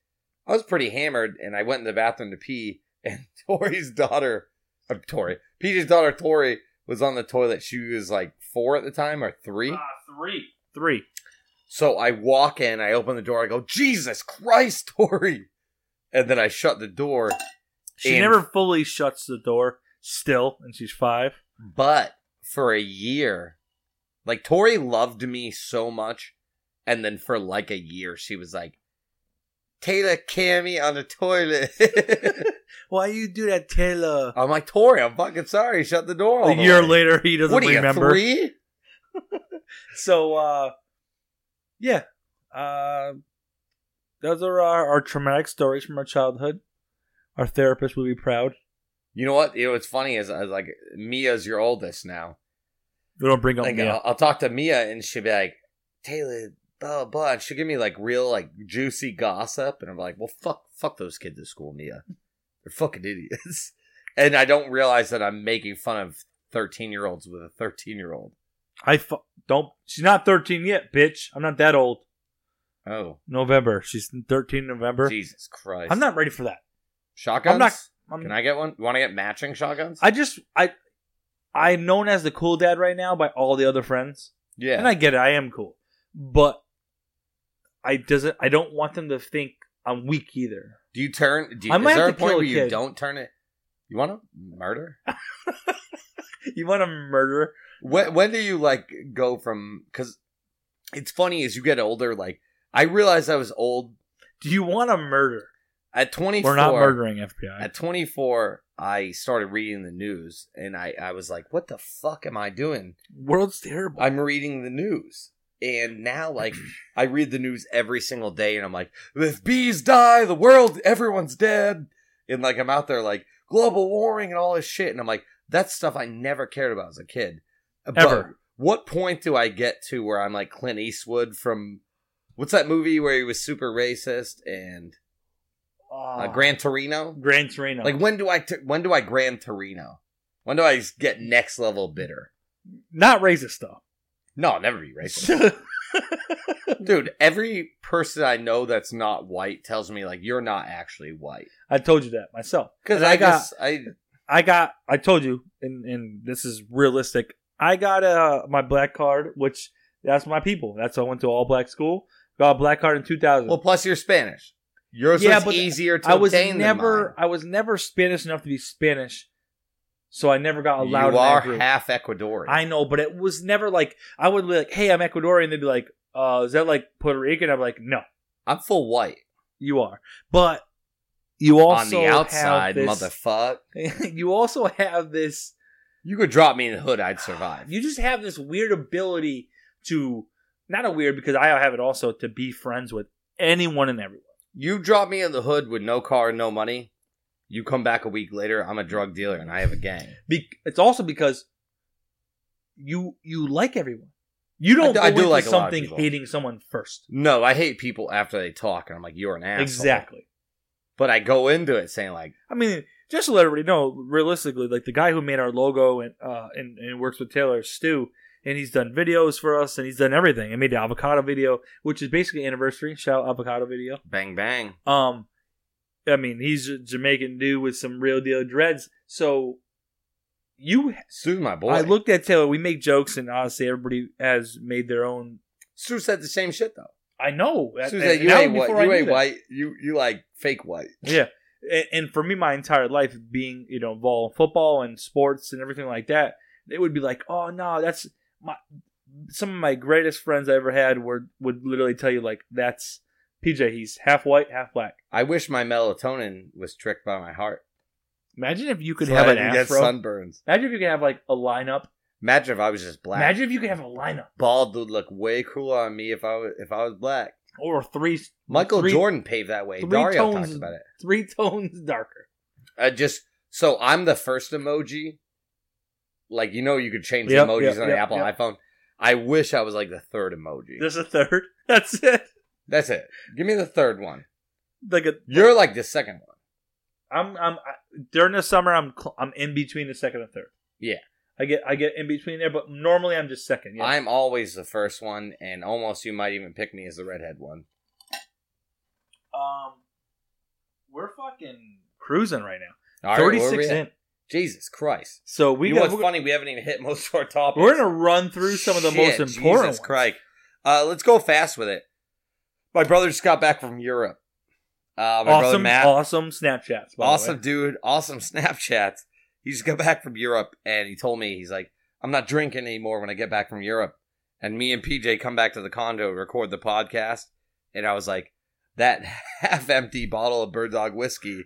S3: I was pretty hammered, and I went in the bathroom to pee. And Tori's daughter, uh, Tori, PJ's daughter, Tori was on the toilet. She was like four at the time or Uh, three.
S2: Ah. three, three.
S3: So I walk in, I open the door, I go, Jesus Christ, Tori, and then I shut the door.
S2: She
S3: And-
S2: never fully shuts the door still, and she's five.
S3: But for a year, like Tori loved me so much, and then for like a year, she was like, "Taylor, Cammy on the toilet."
S2: Why you do that, Taylor?
S3: I'm like, Tori, I'm fucking sorry. Shut the door. all
S2: A
S3: the
S2: year
S3: way."
S2: later, he doesn't
S3: what are
S2: remember.
S3: you three?
S2: So, uh, yeah, uh, those are our, our traumatic stories from our childhood. Our therapist will be proud.
S3: You know what? You know what's funny is, is like Mia's your oldest now.
S2: We don't bring up
S3: like
S2: Mia.
S3: I'll, I'll talk to Mia and she'll be like, Taylor, blah blah. And she'll give me like real like juicy gossip, and I'm like, well, fuck, fuck those kids at school, Mia. They're fucking idiots. And I don't realize that I'm making fun of 13 year olds with a 13 year old.
S2: I fu- don't. She's not thirteen yet, bitch. I'm not that old.
S3: Oh,
S2: November. She's thirteen November.
S3: Jesus Christ!
S2: I'm not ready for that.
S3: shotguns.
S2: I'm not- I'm,
S3: Can I get one? You want to get matching shotguns?
S2: I just I I'm known as the cool dad right now by all the other friends.
S3: yeah.
S2: And I get it, I am cool. But I doesn't I don't want them to think I'm weak either.
S3: do you turn? Do you,
S2: I
S3: is
S2: might
S3: there
S2: have to
S3: a point
S2: kill a
S3: where you
S2: kid.
S3: don't turn it? You want to murder?
S2: You want a murderer?
S3: when when do you like go from because it's funny as you get older like i realized i was old
S2: Do you want a murder?
S3: at 24
S2: We're not murdering FBI.
S3: at 24 i started reading the news and i i was like what the fuck am i doing
S2: World's terrible.
S3: i'm reading the news and now like i read the news every single day and i'm like if bees die the world everyone's dead and like i'm out there like global warming and all this shit and i'm like that's stuff i never cared about as a kid But
S2: Ever.
S3: what point do i get to where i'm like clint eastwood from what's that movie where he was super racist and uh,
S2: Oh,
S3: gran torino
S2: Gran Torino.
S3: like when do i t- when do i gran torino when do i get next level bitter
S2: not racist though.
S3: no I'll never be racist Dude, every person I know that's not white tells me like you're not actually white.
S2: I told you that myself.
S3: Because
S2: And
S3: I,
S2: I got-
S3: guess I
S2: I got I told you, and and this is realistic. I got uh my black card, which that's my people. That's why I went to all black school. Got a black card in two thousand.
S3: well, plus you're Spanish. Yours
S2: Yeah,
S3: was
S2: but
S3: easier to
S2: I was
S3: obtain than
S2: never
S3: mine.
S2: I was never Spanish enough to be Spanish, so I never got allowed.
S3: you
S2: in that
S3: are
S2: group.
S3: half Ecuadorian.
S2: I know, but it was never like I would be like, "Hey, I'm Ecuadorian." They'd be like, uh, "Is that like Puerto Rican?" I'm like, "No,
S3: I'm full white
S2: you are." But you also
S3: on the outside,
S2: have this,
S3: motherfuck.
S2: you also have this
S3: You could drop me in the hood, I'd survive.
S2: You just have this weird ability to not a weird because I have it also to be friends with anyone and everyone.
S3: You drop me in the hood with no car and no money. You come back a week later, I'm a drug dealer and I have a gang.
S2: Be- it's also because you you like everyone. You don't
S3: I do- I
S2: go
S3: do
S2: into
S3: like a lot of
S2: something
S3: people.
S2: hating someone first.
S3: No, I hate people after they talk, and I'm like, you're an asshole.
S2: Exactly.
S3: But I go into it saying like,
S2: I mean, just to let everybody know, realistically, like the guy who made our logo and uh, and, and works with Taylor, Stu, and he's done videos for us, and he's done everything. He made the avocado video, which is basically anniversary shout out avocado video.
S3: bang bang.
S2: Um, I mean, he's a Jamaican dude with some real deal dreads. So you,
S3: Sue's my boy.
S2: I looked at Taylor. We make jokes, and honestly, everybody has made their own.
S3: Sue said the same shit though.
S2: I know.
S3: Sue
S2: And-
S3: said
S2: and
S3: you
S2: that was
S3: ain't white.
S2: before I
S3: You
S2: knew
S3: ain't
S2: that.
S3: white. You you like fake white.
S2: Yeah. And, and for me, my entire life being, you know, involved in football and sports and everything like that, they would be like, oh, no, that's my, some of my greatest friends I ever had were, would literally tell you, like, that's PJ. He's half white, half black.
S3: I wish my melatonin was tricked by my heart.
S2: Imagine if you could
S3: So
S2: have
S3: I
S2: an
S3: didn't get
S2: afro.
S3: sunburns.
S2: Imagine if you could have, like, a lineup.
S3: Imagine if I was just black.
S2: Imagine if you could have a lineup
S3: bald would look way cooler on me if I was if I was black.
S2: or three,
S3: Michael
S2: Three-
S3: Jordan paved that way.
S2: three
S3: Dario
S2: tones-
S3: talked about it.
S2: three tones darker.
S3: I just so I'm the first emoji. Like you know, you could change
S2: Yep,
S3: the emojis
S2: yep, yep,
S3: on the Apple
S2: yep.
S3: iPhone. I wish I was like the third emoji.
S2: There's a third. That's it.
S3: That's it. Give me the third one.
S2: Like a,
S3: You're like the second one.
S2: I'm I'm I, during the summer I'm cl- I'm in between the second and third.
S3: Yeah.
S2: I get I get in between there, but normally I'm just second. Yeah,
S3: I'm always the first one, and almost you might even pick me as the redhead one.
S2: um, we're fucking cruising right now.
S3: All right, where
S2: Thirty
S3: are
S2: six
S3: we at?
S2: in.
S3: Jesus Christ.
S2: So we
S3: you
S2: got
S3: know
S2: we're,
S3: what's funny? We haven't even hit most of our topics.
S2: we're gonna run through some of the
S3: Shit,
S2: most important
S3: Jesus
S2: ones.
S3: Christ. Uh, let's go fast with it. My brother just got back from Europe. Uh, my brother
S2: Awesome,
S3: Matt,
S2: awesome Snapchats. By
S3: awesome
S2: The way.
S3: dude, awesome Snapchats. He just got back from Europe, and he told me he's like, I'm not drinking anymore when I get back from Europe. And me and PJ come back to the condo to record the podcast, and I was like, that half-empty bottle of Bird Dog whiskey.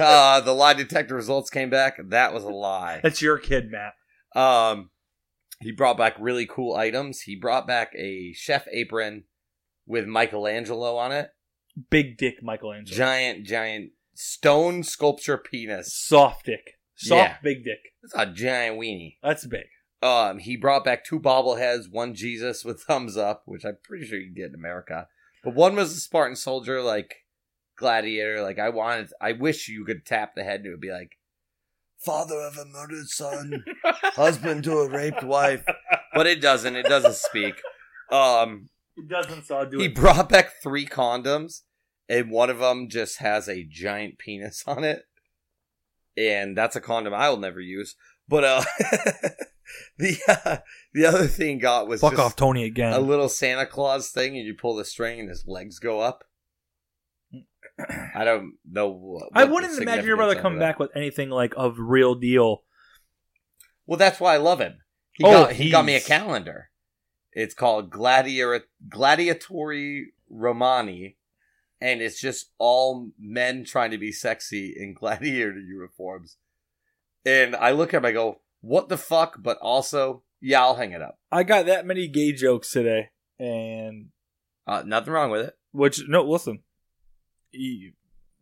S3: uh, the lie detector results came back. That was a lie.
S2: That's your kid, Matt.
S3: Um, he brought back really cool items. He brought back a chef apron with Michelangelo on it,
S2: Big dick Michelangelo.
S3: giant, giant stone sculpture penis.
S2: Soft dick. Soft
S3: Yeah.
S2: big dick.
S3: That's a giant weenie.
S2: That's big.
S3: Um, he brought back two bobbleheads, one Jesus with thumbs up, which I'm pretty sure you can get in America, but one was a Spartan soldier, like gladiator. Like I wanted, I wish you could tap the head and it would be like, "Father of a murdered son." husband to a raped wife. But it doesn't. It doesn't speak. Um,
S2: It doesn't so I'll do
S3: he
S2: it.
S3: brought back three condoms, and one of them just has a giant penis on it, and that's a condom I will never use. But uh, the uh, the other thing he got was
S2: Fuck
S3: just
S2: off, Tony again.
S3: a little Santa Claus thing, and you pull the string, and his legs go up. I don't know. What,
S2: I
S3: what the
S2: wouldn't imagine your brother
S3: significance
S2: come
S3: of that-
S2: back with anything like of real deal.
S3: Well, that's why I love him. He,
S2: Oh,
S3: got, he got me a
S2: he's-
S3: calendar. It's called Gladiator Gladiatori Romani, and it's just all men trying to be sexy in gladiator uniforms. And I look at him, I go, "What the fuck?" But also, yeah, I'll hang it up.
S2: I got that many gay jokes today, and
S3: Uh, nothing wrong with it.
S2: which no, listen, E-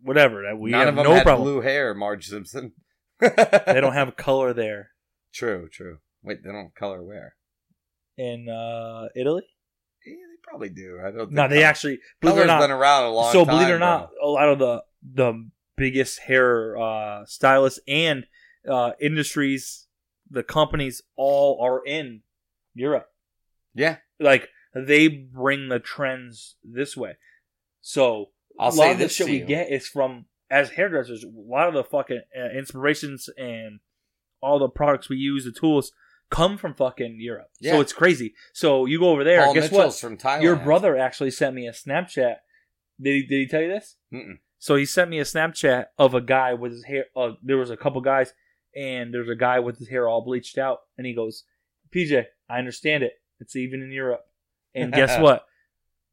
S2: whatever that we
S3: None
S2: have
S3: of them
S2: no
S3: had
S2: problem.
S3: blue hair, Marge Simpson.
S2: They don't have color there
S3: True, true. Wait, they don't color where?
S2: in uh, Italy.
S3: Yeah, they probably do. I don't. Think
S2: No, they
S3: color-
S2: actually believe it or
S3: color's
S2: not.
S3: been around a long
S2: So
S3: time.
S2: believe it or
S3: bro.
S2: not, a lot of the the biggest hair uh, stylists and uh, industries, the companies, all are in Europe.
S3: yeah.
S2: Like they bring the trends this way. So
S3: I'll
S2: a lot
S3: say
S2: of the
S3: this
S2: shit
S3: to
S2: we
S3: you.
S2: get is from as hairdressers. A lot of the fucking uh, inspirations and all the products we use, the tools come from fucking Europe. So
S3: Yeah.
S2: it's crazy. So you go over there.
S3: Paul
S2: guess
S3: Mitchell's from Thailand.
S2: what? Your brother actually sent me a Snapchat. Did he, did he tell you this?
S3: Mm-mm.
S2: So he sent me a Snapchat of a guy with his hair. Uh, there was a couple guys, and there's a guy with his hair all bleached out, and he goes, "PJ, I understand it. It's even in Europe." And guess what?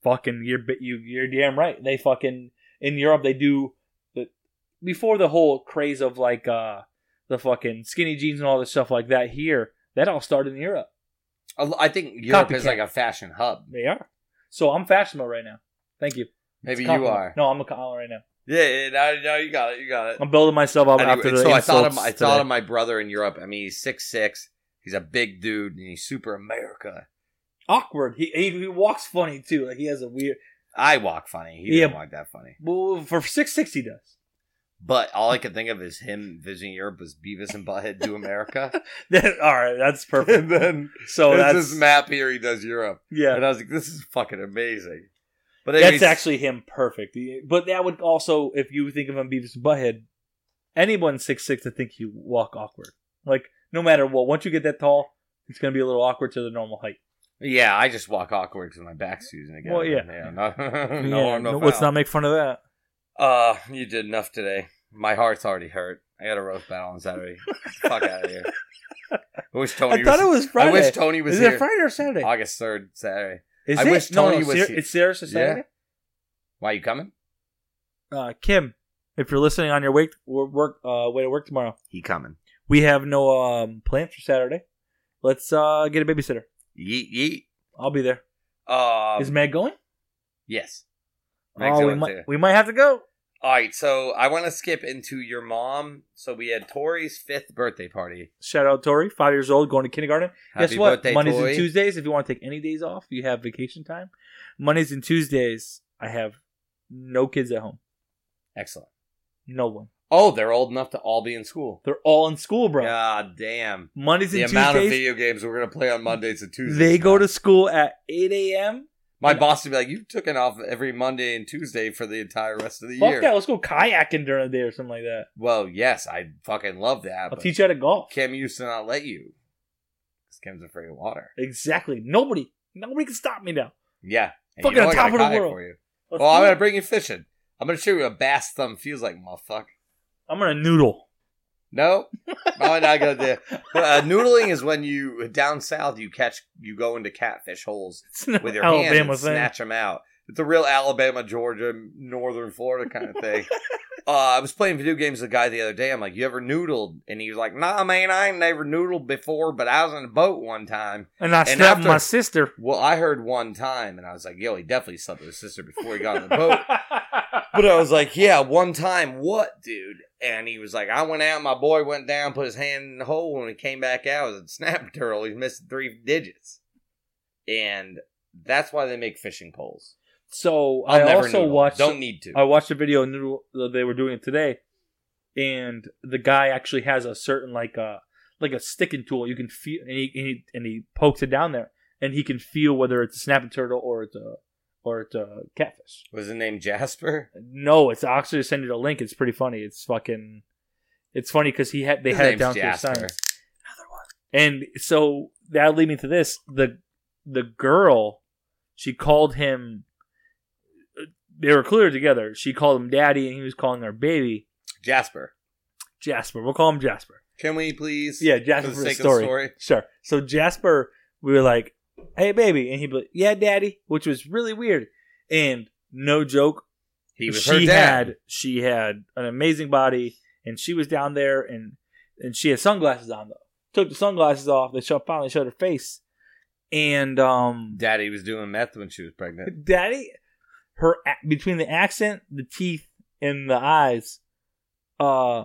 S2: Fucking, you're bi- you, you're damn right. They fucking in Europe they do the before the whole craze of like uh the fucking skinny jeans and all this stuff like that. Here, that all started in Europe.
S3: I I think Europe is
S2: Copycat.
S3: like a fashion hub.
S2: They are. So I'm fashionable right now. Thank you. It's
S3: Maybe
S2: a
S3: you
S2: compliment.
S3: are.
S2: No, I'm a compliment right now.
S3: Yeah, yeah no, no, you got it. You got it.
S2: I'm building myself up
S3: Anyway,
S2: after the
S3: so I thought of
S2: insults
S3: I thought
S2: today.
S3: of my brother in Europe. I mean, he's six six. He's a big dude, and he's super America.
S2: awkward. He, he he walks funny too. Like he has a weird.
S3: I walk funny. He
S2: Yeah.
S3: didn't walk that funny.
S2: Well, for six six he does.
S3: But all I could think of is him visiting Europe was Beavis and Butthead do America.
S2: That- all right, that's perfect.
S3: and then
S2: So
S3: there's
S2: that's
S3: this map here he does Europe. And
S2: yeah,
S3: I was like, this is fucking amazing. But
S2: that's
S3: anyways,
S2: actually him perfect. He- But that would also, if you think of him Beavis and Butthead, anyone six six, I think you walk awkward. Like no matter what, once you get that tall, it's gonna be a little awkward to the normal height.
S3: Yeah, I just walk awkward because my back's using again.
S2: Well, yeah.
S3: no, no,
S2: Yeah,
S3: I'm no
S2: let's
S3: foul.
S2: not make fun of that.
S3: Uh, you did enough today. My heart's already hurt. I got a roast battle on Saturday. Fuck out of here. I wish Tony.
S2: I thought
S3: was,
S2: it was Friday.
S3: I wish Tony was
S2: Is
S3: here.
S2: it Friday or Saturday?
S3: August third, Saturday.
S2: Is
S3: I
S2: it?
S3: wish
S2: no, no,
S3: Tony was
S2: Sar-
S3: here.
S2: It's Sarah's Saturday.
S3: Why you coming?
S2: Uh, Kim, if you're listening on your wake, wor- work uh, way to work tomorrow,
S3: He coming.
S2: we have no um, plans for Saturday. Let's uh, get a babysitter.
S3: Yeet yeet.
S2: I'll be there.
S3: Um,
S2: Is Meg going?
S3: yes. Meg's
S2: Oh, we
S3: going
S2: might
S3: too.
S2: we might have to go.
S3: All right, so I want to skip into your mom. So we had Tori's fifth birthday party.
S2: Shout out Tori, five years old, going to kindergarten.
S3: Happy
S2: Guess what?
S3: birthday,
S2: Mondays
S3: Tori.
S2: and Tuesdays, if you want to take any days off, you have vacation time. Mondays and Tuesdays, I have no kids at home.
S3: Excellent.
S2: No one.
S3: Oh, they're old enough to all be in school.
S2: They're all in school, bro.
S3: God damn.
S2: Mondays
S3: the
S2: and
S3: amount of
S2: Tuesdays,
S3: video games we're gonna play on Mondays and Tuesdays.
S2: they go
S3: now.
S2: to school at 8 a.m.
S3: my boss would be like, "You took it off every Monday and Tuesday for the entire rest of the year."
S2: Fuck that. Let's go kayaking during the day or something like that.
S3: Well, yes, I fucking love that.
S2: I'll
S3: But
S2: teach you how to golf.
S3: Kim used to not let you because Kim's afraid of water.
S2: Exactly. Nobody, nobody can stop me now.
S3: Yeah, and
S2: Fucking
S3: know
S2: on
S3: I got
S2: top
S3: a
S2: of the
S3: kayak
S2: world.
S3: For you.
S2: Let's
S3: Well, I'm
S2: do
S3: gonna
S2: it.
S3: bring you fishing. I'm gonna show you what a bass thumb feels like, motherfucker.
S2: I'm gonna noodle.
S3: No, probably not gonna do. it. Uh, noodling is when you down south you catch you go into catfish holes
S2: It's not
S3: with your hand and
S2: Alabama thing.
S3: snatch them out. It's a real Alabama, Georgia, Northern Florida kind of thing. uh, I was playing video games with a guy the other day. I'm like, "You ever noodled?" And he was like, "Nah, man, I ain't never noodled before, but I was on a boat one time."
S2: And I
S3: And
S2: stabbed
S3: after-
S2: my sister.
S3: Well, I heard one time, and I was like, "Yo, he definitely slept with his sister before he got on the boat." But I was like, "Yeah, one time, what, dude?" And he was like, "I went out, my boy went down, put his hand in the hole, and he came back out. It was a snap turtle. He's missing three digits, and that's why they make fishing poles."
S2: so
S3: I'll
S2: I
S3: never
S2: also
S3: noodle.
S2: watched. Oh.
S3: Don't need to.
S2: I watched a video of noodle that they were doing it today, and the guy actually has a certain like uh like a sticking tool. You can feel, and he and he, and he pokes it down there, and he can feel whether it's a snapping turtle or it's a or it's a catfish.
S3: Was the name Jasper?
S2: No, it's I'll actually send you the link. It's pretty funny. It's fucking. It's funny because he had they
S3: His
S2: had it
S3: name's
S2: down to a
S3: Jasper.
S2: science. And so that lead me to this: the the girl, she called him. They were clearly together. She called him daddy, and he was calling her baby
S3: Jasper.
S2: Jasper. We'll call him Jasper.
S3: Can we please?
S2: Yeah,
S3: For
S2: Jasper
S3: the
S2: for the
S3: sake of the
S2: story.
S3: story.
S2: Sure. So Jasper, we were like, "Hey, baby," and he'd be like, "Yeah, daddy," which was really weird. And no joke,
S3: He was
S2: she
S3: her dad.
S2: had she had an amazing body and she was down there and and she had sunglasses on though took the sunglasses off they show, finally showed her face and um
S3: Daddy was doing meth when she was pregnant.
S2: daddy her a- between the accent the teeth and the eyes uh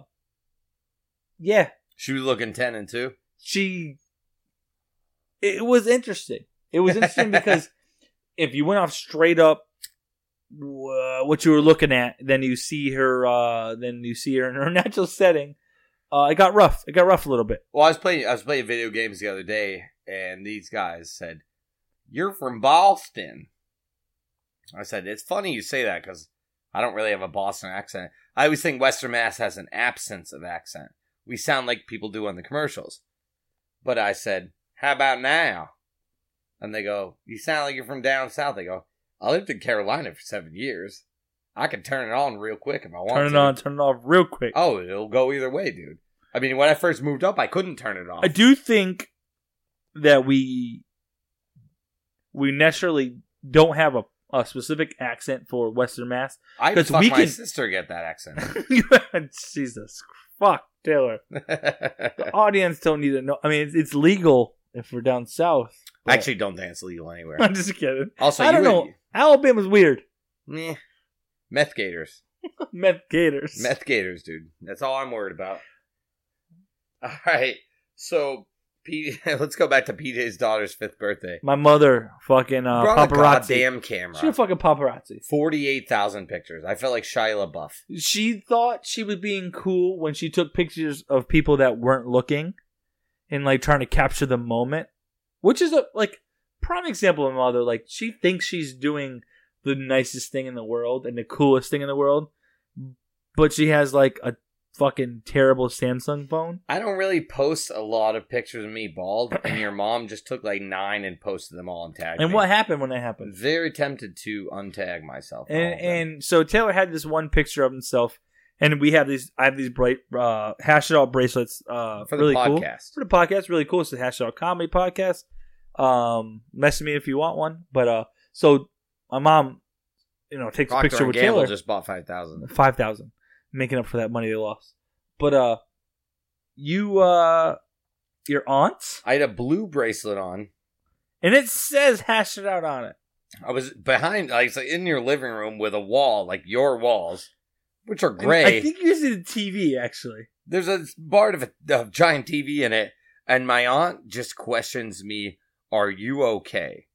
S2: yeah
S3: She was looking ten and two.
S2: she it was interesting it was interesting because if you went off straight up uh, what you were looking at then you see her uh then you see her in her natural setting uh it got rough it got rough a little bit
S3: Well, I was playing. I was playing video games the other day, and these guys said, "You're from Boston." I said, "It's funny you say that because I don't really have a Boston accent. I always think Western Mass has an absence of accent. We sound like people do on the commercials." But I said, "How about now?" And they go, "You sound like you're from down south." They go, "I lived in Carolina for seven years. I can turn it on real quick if I want."
S2: turn it
S3: to."
S2: on turn it off real quick
S3: Oh, it'll go either way, dude. I mean, when I first moved up, I couldn't turn it off.
S2: i do think that we we naturally don't have a, a specific accent for western mass
S3: I
S2: 'Cause
S3: fuck
S2: we
S3: my
S2: can-
S3: sister get that accent.
S2: jesus fuck taylor the audience don't need to know. I mean, it's, it's legal if we're down south.
S3: I actually don't think it's legal anywhere.
S2: I'm just kidding.
S3: Also,
S2: I don't
S3: you
S2: know. Alabama's weird.
S3: Meh. Meth gators.
S2: Meth Gators.
S3: Meth gators, dude. That's all I'm worried about. All right. So, P- let's go back to PJ's daughter's fifth birthday.
S2: My mother fucking uh,
S3: Brought a
S2: paparazzi.
S3: goddamn
S2: She a
S3: camera.
S2: fucking paparazzi.
S3: Forty-eight thousand pictures. I felt like Shia LaBeouf.
S2: She thought she was being cool when she took pictures of people that weren't looking, and like trying to capture the moment, which is a like prime example of my mother. Like she thinks she's doing the nicest thing in the world and the coolest thing in the world, but she has like a fucking terrible Samsung phone.
S3: I don't really post a lot of pictures of me bald, and your mom just took like nine and posted them all and tagged
S2: And
S3: me.
S2: what happened when that
S3: I'm
S2: happened?
S3: very tempted to untag myself. all
S2: and
S3: of them.
S2: and so Taylor had this one picture of himself, and we have these. I have these bright uh, hash it out bracelets. Uh,
S3: for the
S2: really cool
S3: podcast,
S2: for the podcast. Really cool. It's the hash it out comedy podcast. Um, message me if you want one. But uh, so my mom, you know, takes
S3: Procter
S2: a picture
S3: and
S2: with
S3: Gamble
S2: Taylor.
S3: just bought five thousand.
S2: Five thousand, making up for that money they lost. But uh, you uh, your aunt,
S3: I had a blue bracelet on.
S2: and it says hash it out on it.
S3: I was behind, like so in your living room with a wall, like your walls, which are
S2: And
S3: gray.
S2: I think you see the TV actually.
S3: There's a part of a, a giant TV in it, and my aunt just questions me, "Are you okay?"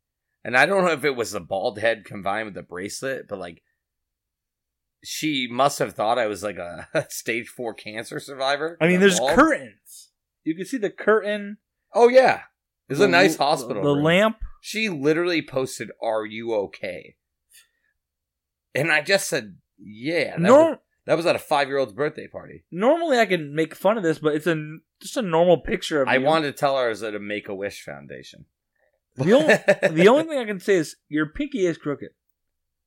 S3: And I don't know if it was the bald head combined with the bracelet, but like, she must have thought I was like a, stage four cancer survivor.
S2: I mean,
S3: I'm
S2: there's
S3: bald.
S2: curtains. You can see the curtain.
S3: Oh yeah, it's a
S2: the-
S3: nice hospital.
S2: The
S3: room.
S2: lamp.
S3: She literally posted, "Are you okay?" And I just said, "Yeah." That, was,
S2: Nor-
S3: that was at a five-year-old's birthday party.
S2: normally, I can make fun of this, but it's a just a normal picture of.
S3: I
S2: you.
S3: wanted to tell her I was at a Make a Wish Foundation.
S2: the only the only thing I can say is your pinky is crooked.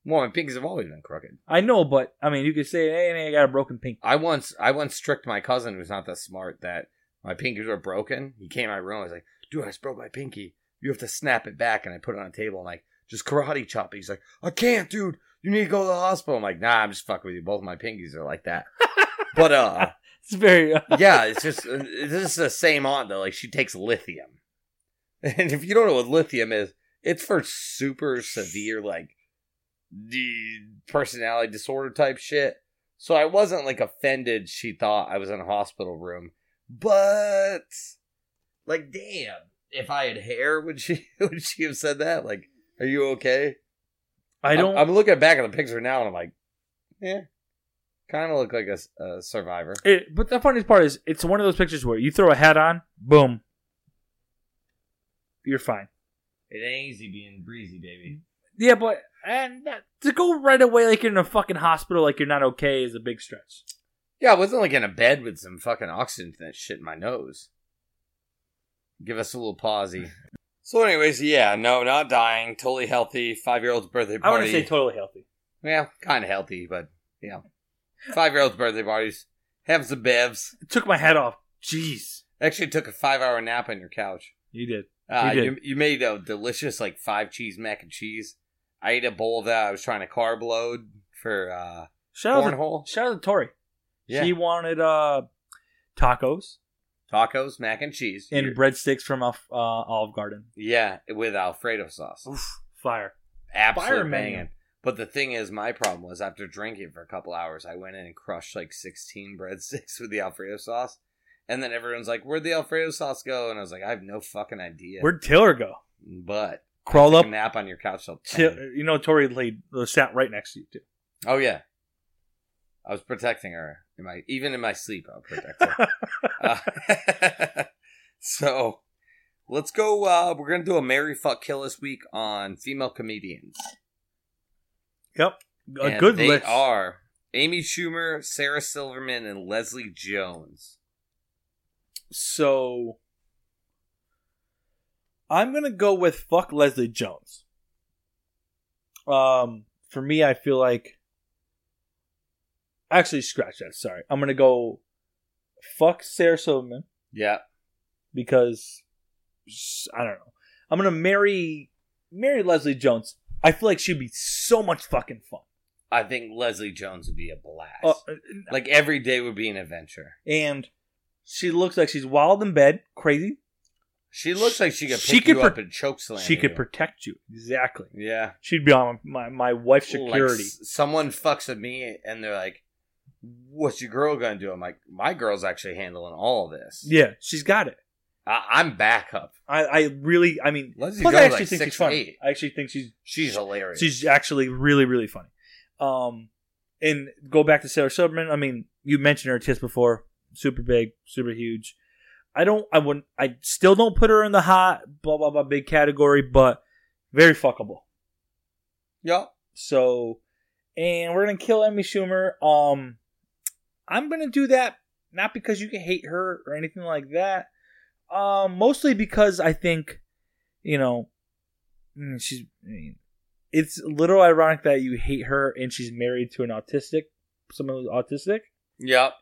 S3: well, my pinkies have always been crooked.
S2: I know, but I mean, you could say, "Hey, man, I got a broken pinky."
S3: I once, I once tricked my cousin, who's not that smart, that my pinkies were broken. He came in my room. I was like, "Dude, I just broke my pinky. You have to snap it back." And I put it on a table and like just karate chop it. He's like, "I can't, dude. You need to go to the hospital." I'm like, "Nah, I'm just fucking with you. Both my pinkies are like that." but uh.
S2: It's very. Uh,
S3: yeah, it's just this is the same aunt though. Like she takes lithium, and if you don't know what lithium is, it's for super severe like the personality disorder type shit. So I wasn't like offended. She thought I was in a hospital room, but like, damn, if I had hair, would she would she have said that? Like, are you okay?
S2: I don't.
S3: I'm, I'm looking back at the picture now, and I'm like, yeah, kind of look like a s- a survivor.
S2: it, but the funniest part is, it's one of those pictures where you throw a hat on, boom, you're fine.
S3: It ain't easy being breezy, baby.
S2: Yeah, but and that, to go right away like you're in a fucking hospital, like you're not okay, is a big stretch.
S3: Yeah, I wasn't like in a bed with some fucking oxygen that shit in my nose. Give us a little pausey. So, anyways, yeah, no, not dying, totally healthy. Five year old's birthday
S2: I want
S3: party.
S2: to say totally healthy.
S3: yeah, kind of healthy, but yeah. Five year old's birthday parties. Have some bevs.
S2: took my hat off. Jeez,
S3: Actually, took a five hour nap on your couch.
S2: you did.
S3: Uh,
S2: You
S3: you,
S2: did.
S3: you, made a delicious like five cheese mac and cheese. I ate a bowl of that. I was trying to carb load for uh,
S2: Shout out, to,
S3: cornhole.
S2: shout out to Tori.
S3: Yeah,
S2: She wanted uh, tacos
S3: tacos, mac and cheese,
S2: and
S3: You're-
S2: breadsticks from Alf, uh, Olive Garden.
S3: Yeah, with Alfredo sauce.
S2: Oof, fire. Fire
S3: Absolute
S2: menu.
S3: banging. But the thing is, my problem was after drinking for a couple hours, I went in and crushed like 16 breadsticks with the Alfredo sauce. And then everyone's like, Where'd the Alfredo sauce go? And I was like, I have no fucking idea.
S2: Where'd Oh. Taylor go?
S3: but
S2: Crawl
S3: took
S2: up.
S3: a nap on your couch till 10.
S2: Til- you know, Tori laid uh, sat right next to you too.
S3: Oh, yeah. I was protecting her. In my, even in my sleep, I was protecting her. Uh, so let's go. Uh, we're going to do a Mary Fuck Kill this week on female comedians.
S2: Yep, a
S3: And
S2: good
S3: they
S2: list.
S3: are Amy Schumer, Sarah Silverman, and Leslie Jones.
S2: So I'm gonna go with fuck Leslie Jones. Um, for me, I feel like actually scratch that. Sorry, I'm gonna go fuck Sarah Silverman.
S3: Yeah,
S2: because I don't know. I'm gonna marry marry Leslie Jones. I feel like she'd be so much fucking fun.
S3: I think Leslie Jones would be a blast.
S2: Uh,
S3: like every day would be an adventure.
S2: and she looks like she's wild in bed, crazy.
S3: She looks like she could pick
S2: She could
S3: you
S2: pro-
S3: up and choke slam.
S2: she could
S3: you.
S2: protect you exactly.
S3: yeah.
S2: She'd be on my my wife's
S3: Like,
S2: security.
S3: s- someone fucks with me and they're like, "What's your girl gonna do?" I'm like, "My girl's actually handling all of this."
S2: yeah, she's got it.
S3: I, I'm back up.
S2: I, I really, I mean,
S3: Leslie's
S2: plus I
S3: going
S2: actually
S3: like
S2: think
S3: six
S2: she's funny.
S3: eight.
S2: I actually think she's
S3: She's hilarious.
S2: she's actually really really funny. Um, and go back to Sarah Silverman. I mean, you mentioned her tits before. Super big, super huge. I don't. I wouldn't. I still don't put her in the hot blah blah blah big category, but very fuckable.
S3: yeah.
S2: So, and we're gonna kill Emmy Schumer. Um, I'm gonna do that not because you can hate her or anything like that. Um, mostly because I think, you know, mm, she's. I mean, it's a little ironic that you hate her and she's married to an autistic, someone who's autistic.
S3: Yep.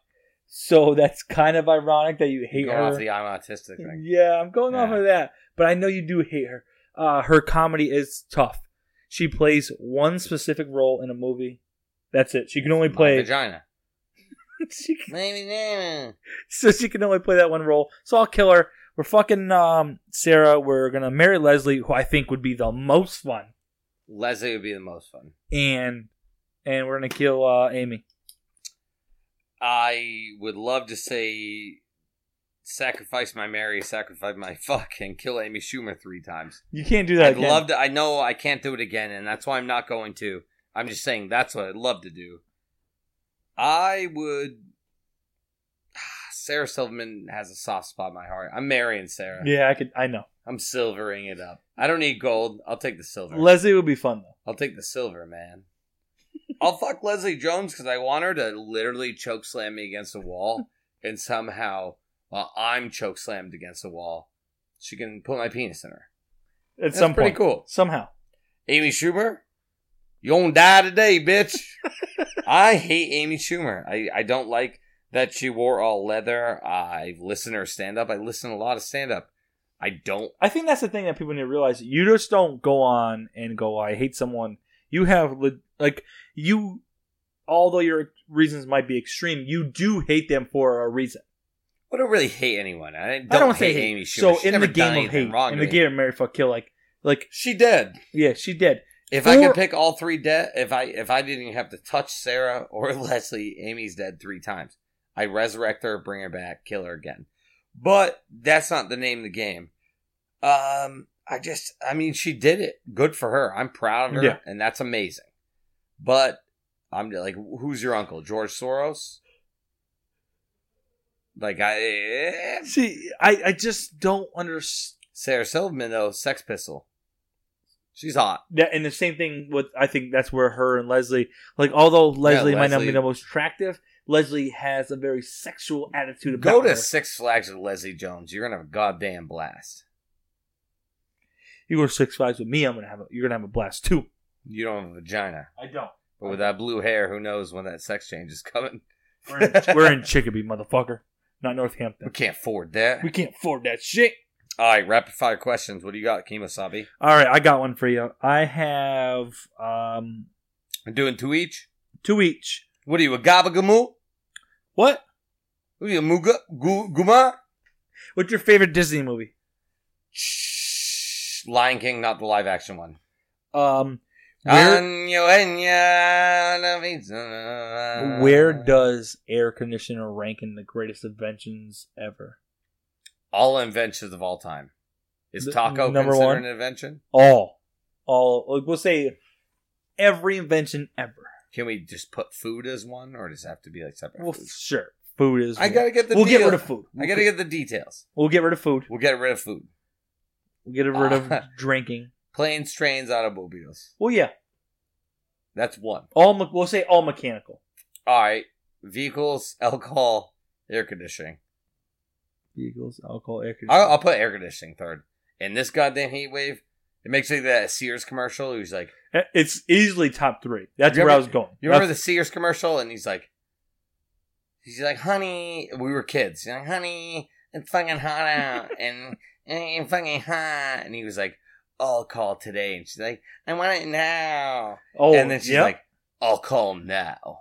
S2: So that's kind of ironic that you hate
S3: Going
S2: her.
S3: off the I'm autistic thing.
S2: Yeah, I'm going off
S3: Yeah.
S2: of that. But I know you do hate her. Uh, her comedy is tough. She plays one specific role in a movie. That's it. She can only
S3: My
S2: play.
S3: vagina.
S2: she can-
S3: Maybe
S2: so she can only play that one role. So I'll kill her. We're fucking um, Sarah. We're gonna marry Leslie, who I think would be the most fun,
S3: Leslie would be the most fun.
S2: and and we're gonna kill uh, Amy.
S3: I would love to say sacrifice my Mary, sacrifice my fuck, and kill Amy Schumer three times.
S2: You can't do that.
S3: I'd
S2: again.
S3: love to. I know I can't do it again, and that's why I'm not going to. I'm just saying that's what I'd love to do. I would. Sarah Silverman has a soft spot in my heart. I'm marrying Sarah.
S2: Yeah, I could. I know.
S3: I'm silvering it up. I don't need gold. I'll take the silver.
S2: Leslie would be fun though.
S3: I'll take the silver, man. I'll fuck Leslie Jones because I want her to literally choke slam me against a wall, and somehow, while I'm choke slammed against a wall, she can put my penis in her.
S2: At
S3: That's
S2: some
S3: pretty
S2: point,
S3: cool.
S2: somehow.
S3: Amy Schumer, you gonna die today, bitch. I hate Amy Schumer. I, I don't like that she wore all leather. I listen to her stand up. I listen to a lot of stand up. I don't
S2: I think that's the thing that people need to realize. You just don't go on and go, I hate someone. You have, le- like, you, although your reasons might be extreme, you do hate them for a reason.
S3: I don't really hate anyone. I don't,
S2: I don't
S3: hate,
S2: say hate.
S3: Amy Schumer.
S2: So
S3: She's
S2: in
S3: never
S2: the
S3: done
S2: game of
S3: anything
S2: hate,
S3: wrong
S2: in
S3: to
S2: the
S3: me.
S2: game of Mary Fuck Kill, like, like,
S3: she did.
S2: yeah, she did.
S3: If I
S2: Or-
S3: could pick all three dead, if I if I didn't even have to touch Sarah or Leslie, Amy's dead three times. I resurrect her, bring her back, kill her again. But that's not the name of the game. Um, I just, I mean, she did it. Good for her. I'm proud of her,
S2: Yeah.
S3: and that's amazing. But I'm like, who's your uncle, George Soros? Like I, eh,
S2: See, I, I just don't understand.
S3: Sarah Silverman though, Sex Pistol. She's hot.
S2: That, and the same thing with, I think that's where her and Leslie, like, although Leslie, might not be
S3: Leslie-
S2: the most attractive, Leslie has a very sexual attitude about
S3: Go
S2: her.
S3: to Six Flags with Leslie Jones. You're gonna have a goddamn blast.
S2: You go to Six Flags with me, I'm gonna have a, you're gonna have a blast too.
S3: You don't have a vagina,
S2: I don't.
S3: but with that blue hair, who knows when that sex change is coming?
S2: We're in, we're in Chicopee, motherfucker, not
S3: We
S2: Northampton.
S3: can't afford that.
S2: We can't afford that shit.
S3: All right, rapid fire questions. What do you got, Kemosabe?
S2: All right, I got one for you. I have um
S3: I'm doing two each.
S2: two each.
S3: What are you, a gabagamoo?
S2: What?
S3: What are you, a muga gu, guma?
S2: What's your favorite Disney movie?
S3: Shh. Lion King, not the live action one.
S2: Um, where
S3: Año, año,
S2: where does air conditioner rank in the greatest inventions ever?
S3: all inventions of all time? Is
S2: The-
S3: taco
S2: number
S3: considered
S2: one?
S3: an invention?
S2: All, all. Like we'll say every invention ever.
S3: Can we just put food as one, or does it have to be like separate?
S2: Well,
S3: foods?
S2: sure, food is.
S3: I
S2: one.
S3: gotta get the.
S2: We'll get
S3: deal-
S2: rid of food.
S3: I gotta get the details.
S2: We'll get rid of food.
S3: We'll get rid of food.
S2: We'll get rid of
S3: Ah.
S2: drinking.
S3: Planes, trains, automobiles.
S2: Well, yeah,
S3: That's one.
S2: all. Me- we'll say all mechanical.
S3: All right. Vehicles, alcohol, air conditioning.
S2: Eagles, alcohol, air
S3: I'll, I'll put air conditioning third. In this goddamn heat wave, it makes me think of that Sears commercial. He's like,
S2: Eh, It's easily top three. That's
S3: You
S2: where I
S3: remember-
S2: was going.
S3: you remember the Sears commercial? And he's like, he's like, honey, we were kids. He's like, honey, it's fucking hot out, and and fucking hot. And he was like, I'll call today. And she's like, I want it now.
S2: oh,
S3: and then she's
S2: yeah.
S3: like, I'll call now.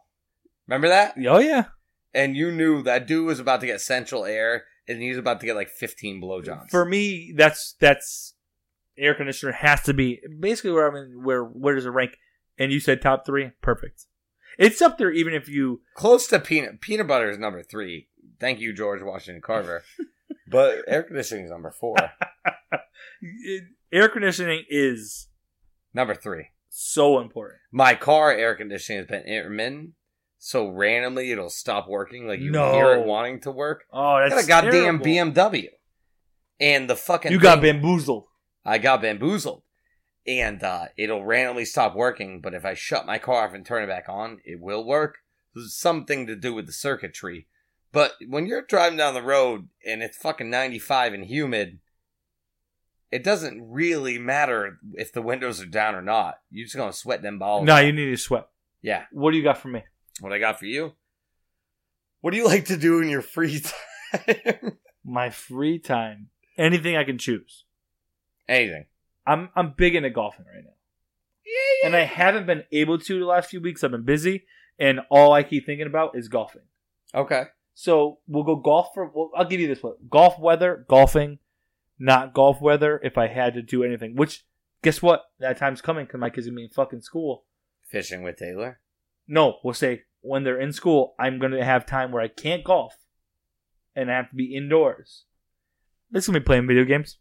S3: Remember that?
S2: oh yeah,
S3: And you knew that dude was about to get central air and he was about to get like 15 blowjobs.
S2: for me, that's that's air conditioner has to be basically where I'm in. Where where does it rank? And you said top three, perfect. It's up there, even if you
S3: Close to peanut. Peanut butter is number three. Thank you, George Washington Carver. But air conditioning is number four.
S2: It- eh, air conditioning is
S3: number three.
S2: so important.
S3: My car air conditioning has been intermittent, so randomly it'll stop working. Like you
S2: No.
S3: hear it wanting to work.
S2: Oh,
S3: I
S2: that's
S3: got a goddamn
S2: terrible.
S3: BMW, and the fucking
S2: You got
S3: thing-
S2: bamboozled.
S3: I got bamboozled, and uh, it'll randomly stop working. But if I shut my car off and turn it back on, it will work. There's something to do with the circuitry. But when you're driving down the road and it's fucking 95 and humid, it doesn't really matter if the windows are down or not. You're just gonna sweat them balls.
S2: No, you need to sweat.
S3: Oh. Yeah.
S2: What do you got for me?
S3: What I got for you? What do you like to do in your free time?
S2: My free time. Anything I can choose.
S3: Anything.
S2: I'm I'm big into golfing right now. And I haven't been able to the last few weeks. I've been busy and all I keep thinking about is golfing.
S3: Okay.
S2: So we'll go golf for. Well, I'll give you this one: golf weather, golfing, not golf weather. If I had to do anything, which guess what, that time's coming because my kids are gonna be in fucking school.
S3: Fishing with Taylor.
S2: No, we'll say when they're in school, I'm gonna have time where I can't golf, and I have to be indoors. It's gonna be playing video games.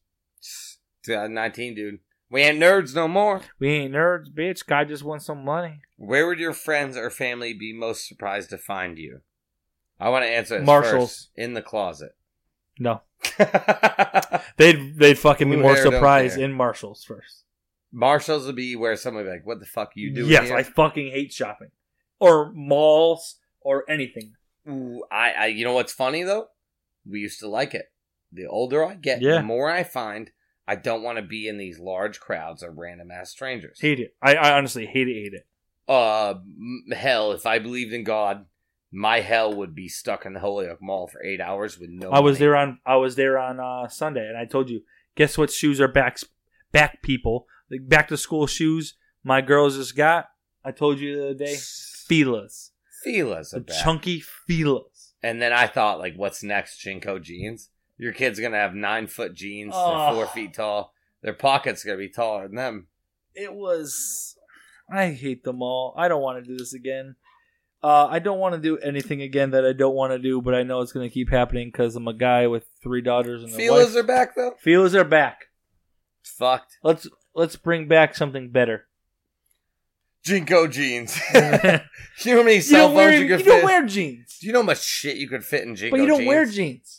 S3: 2019, dude. We ain't nerds no more.
S2: We ain't nerds, bitch. Guy just wants some money.
S3: Where would your friends or family be most surprised to find you? I want to answer this
S2: Marshalls.
S3: first. In the closet.
S2: No, they'd they'd fucking be
S3: Blue
S2: more
S3: hair don't
S2: surprised
S3: care.
S2: in Marshalls first.
S3: Marshalls would be where somebody would be like, what the fuck you do?
S2: yes,
S3: here?
S2: I fucking hate shopping or malls or anything.
S3: Ooh, I, I, you know what's funny though? We used to like it. The older I get,
S2: Yeah.
S3: the more I find I don't want to be in these large crowds of random ass strangers.
S2: Hate it. I, I honestly hate it. Hate it.
S3: uh, m- hell, if I believed in God, my hell would be stuck in the Holyoke Mall for eight hours with no.
S2: I was
S3: money.
S2: there on I was there on uh, Sunday, and I told you. Guess what shoes are back back people like back to school shoes my girls just got. I told you the other day, Fila's,
S3: Fila's
S2: the
S3: a bad.
S2: chunky Fila's.
S3: and then I thought, like, what's next? Jinko jeans. Your kid's gonna have nine foot jeans.
S2: Oh.
S3: They're four feet tall. Their pockets gonna be taller than them.
S2: It was. I hate them all. I don't want to do this again. Uh, I don't want to do anything again that I don't want to do, but I know it's going to keep happening because I'm a guy with three daughters and a
S3: Fila's
S2: wife.
S3: are back though.
S2: Fila's are back.
S3: It's fucked.
S2: Let's let's bring back something better.
S3: Jinko jeans.
S2: you
S3: you know how many cell
S2: don't wear
S3: phones you
S2: you
S3: could
S2: don't
S3: fit?
S2: wear jeans.
S3: Do you know how much shit you could fit in Jinko
S2: But you don't
S3: jeans?
S2: wear jeans.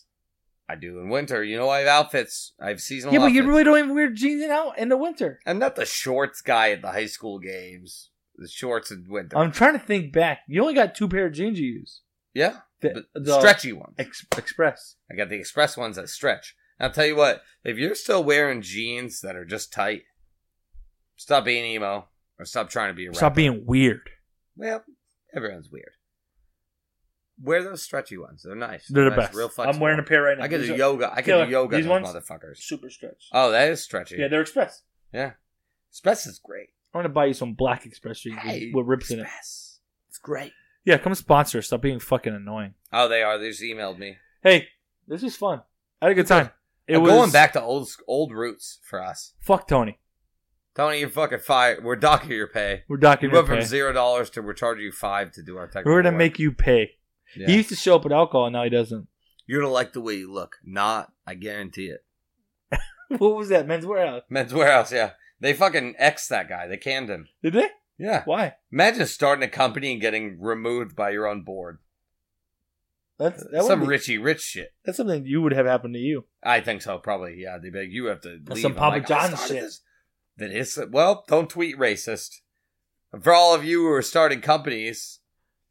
S3: I do in winter. You know I have outfits. I have seasonal.
S2: Yeah, but you
S3: outfits.
S2: really don't even wear jeans out in the winter.
S3: I'm not the shorts guy at the high school games. The shorts in winter.
S2: I'm trying to think back. You only got two pair of jeans you use.
S3: yeah,
S2: The,
S3: but
S2: the
S3: stretchy ones.
S2: Ex- Express.
S3: I got the express ones that stretch. And I'll tell you what, if you're still wearing jeans that are just tight, stop being emo or stop trying to be a
S2: Stop
S3: rapper.
S2: being weird.
S3: Well, everyone's weird. Wear those stretchy ones. They're nice.
S2: They're the
S3: nice,
S2: best.
S3: Real flexible.
S2: I'm wearing a pair right now.
S3: I could
S2: These
S3: do
S2: are
S3: yoga. I could
S2: Taylor,
S3: do yoga.
S2: these
S3: These
S2: ones-
S3: motherfuckers.
S2: Super stretch.
S3: Oh, that is stretchy.
S2: yeah, they're Express.
S3: Express is great.
S2: I'm gonna buy you some black Express jeans with-
S3: Hey,
S2: with rips in it.
S3: Express. It's great.
S2: Yeah, come sponsor. us. Stop being fucking annoying.
S3: Oh, they are. They just emailed me.
S2: Hey, this was fun. I had a good time. It
S3: I'm
S2: was
S3: going back to old sc- old roots for us.
S2: Fuck Tony.
S3: Tony, you're fucking fired. We're docking your pay.
S2: We're
S3: We
S2: docking your
S3: went from
S2: pay.
S3: zero dollars to we're charging you five to do our technical.
S2: We're gonna
S3: work.
S2: make you pay.
S3: Yeah.
S2: He used to show up with alcohol, and now he doesn't.
S3: You're gonna like the way you look. Not, I guarantee it.
S2: what was that? Men's warehouse?
S3: Men's Warehouse, yeah. They fucking X that guy. They canned him.
S2: Did they?
S3: Yeah.
S2: Why?
S3: Imagine starting a company and getting removed by your own board.
S2: That's that would
S3: Some
S2: be-
S3: Richie Rich shit.
S2: That's something you would have happened to you.
S3: I think so, probably. Yeah, they beg you have to
S2: That's
S3: leave.
S2: some
S3: I'm
S2: Papa
S3: like, I
S2: John's
S3: started
S2: shit.
S3: this. That is well, don't tweet racist. For all of you who are starting companies,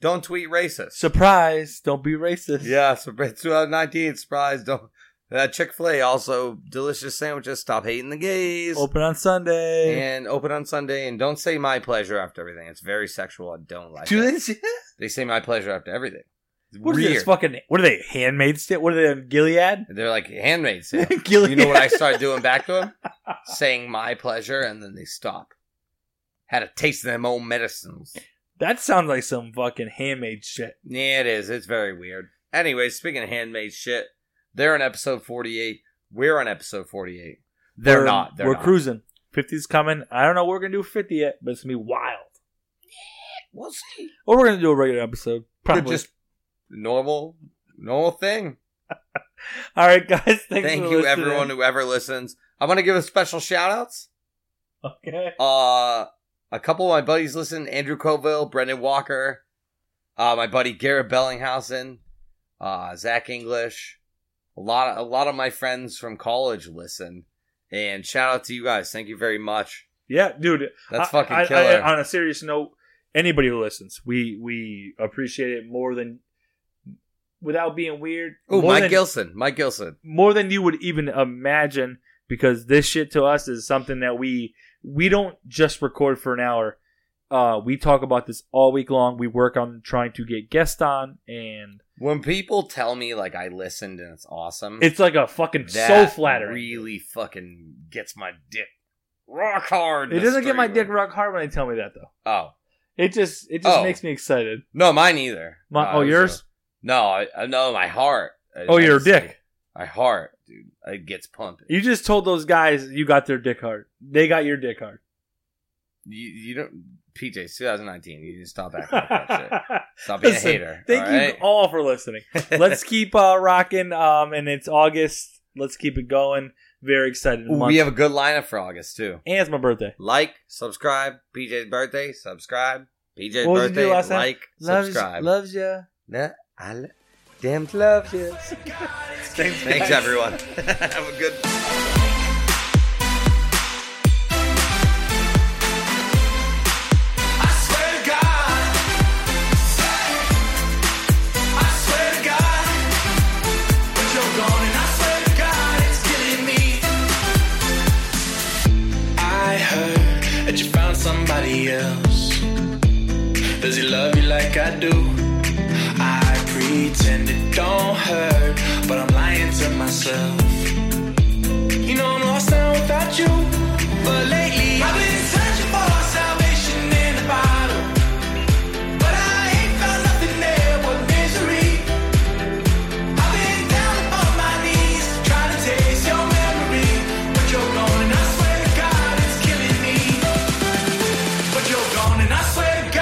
S3: don't tweet racist.
S2: Surprise! Don't be racist.
S3: Yeah, so for 2019 surprise. Don't uh, Chick Fil A also delicious sandwiches. Stop hating the gays
S2: Open on Sunday.
S3: and open on Sunday. And don't say my pleasure after everything. It's very sexual. I don't like.
S2: Do
S3: it.
S2: they? see-
S3: They say my pleasure after everything. It's
S2: What is
S3: weird.
S2: this fucking? What are they? Handmaid stick? What are they? on Gilead?
S3: They're like handmaids. sale.
S2: Gilead.
S3: you know what I started doing back to them? Saying my pleasure, and then they stop. Had a taste of them own medicines.
S2: That sounds like some fucking handmade shit.
S3: Yeah, it is. It's very weird. Anyway, speaking of handmade shit, they're on episode 48. We're on episode 48. They're
S2: We're-
S3: not. They're
S2: we're
S3: not.
S2: cruising. 50's coming. I don't know what we're gonna do with 50 yet, but it's gonna be wild.
S3: We'll see.
S2: Or we're gonna do a regular episode. Probably.
S3: Just normal, normal thing.
S2: All right, guys. Thanks
S3: Thank
S2: for
S3: you,
S2: listening.
S3: everyone who ever listens. I want to give a special shout outs.
S2: Okay.
S3: Uh, a couple of my buddies listen Andrew Coville, Brendan Walker, uh, my buddy Garrett Bellinghausen, uh, Zach English. A lot, of, a lot of my friends from college listen. And shout out to you guys. Thank you very much.
S2: Yeah, dude.
S3: That's
S2: I-
S3: fucking
S2: I- I-
S3: killer.
S2: on a serious note, anybody who listens, we we appreciate it more than without being weird.
S3: oh,
S2: more
S3: Mike
S2: than,
S3: Gilson. Mike Gilson.
S2: more than you would even imagine because this shit to us is something that we we don't just record for an hour. Uh, we talk about this all week long. We work on trying to get guests on, and
S3: When people tell me like I listened and it's awesome,
S2: it's like a fucking so
S3: that
S2: flattering.
S3: Really fucking gets my dick rock hard. in
S2: it
S3: the
S2: doesn't get
S3: street
S2: my dick
S3: when-
S2: rock hard when they tell me that though.
S3: Oh
S2: It just it just
S3: Oh.
S2: makes me excited.
S3: no, mine either. Uh,
S2: My,
S3: No,
S2: oh,
S3: it was a-
S2: yours?
S3: no, I, I- no, my heart. I-
S2: Oh,
S3: I
S2: your
S3: just, like,
S2: dick.
S3: My heart, dude. It gets pumping.
S2: You just told those guys you got their dick hard. They got your dick hard.
S3: You, you don't. PJ, it's 2019. You need to stop acting like that shit.
S2: Thank
S3: Stop being
S2: Listen,
S3: a hater.
S2: you all for listening. Let's keep uh, rocking. Um, and it's August. Let's keep it going. Very excited
S3: Ooh,
S2: month.
S3: we have a good lineup for August too.
S2: and it's my birthday.
S3: Like, subscribe. PJ's birthday. Subscribe. PJ's
S2: What did you do
S3: birthday.
S2: last time?
S3: like, subscribe.
S2: loves you.
S3: Nah, I lo- damn love you.
S2: Thanks, guys.
S3: Thanks, everyone. Have a good.
S1: I swear to God. I swear to God. But you're gone, and I swear to God, it's killing me. I heard that you found somebody else. Does he love you like I do? I pretend it don't hurt, but I'm lying to myself. You know I'm lost now without you. But lately I've been searching for salvation in the bottle. But I ain't found nothing there but misery. I've been down upon my knees, trying to taste your memory. But you're gone, and I swear to God, it's killing me. But you're gone, and I swear to God. Oh,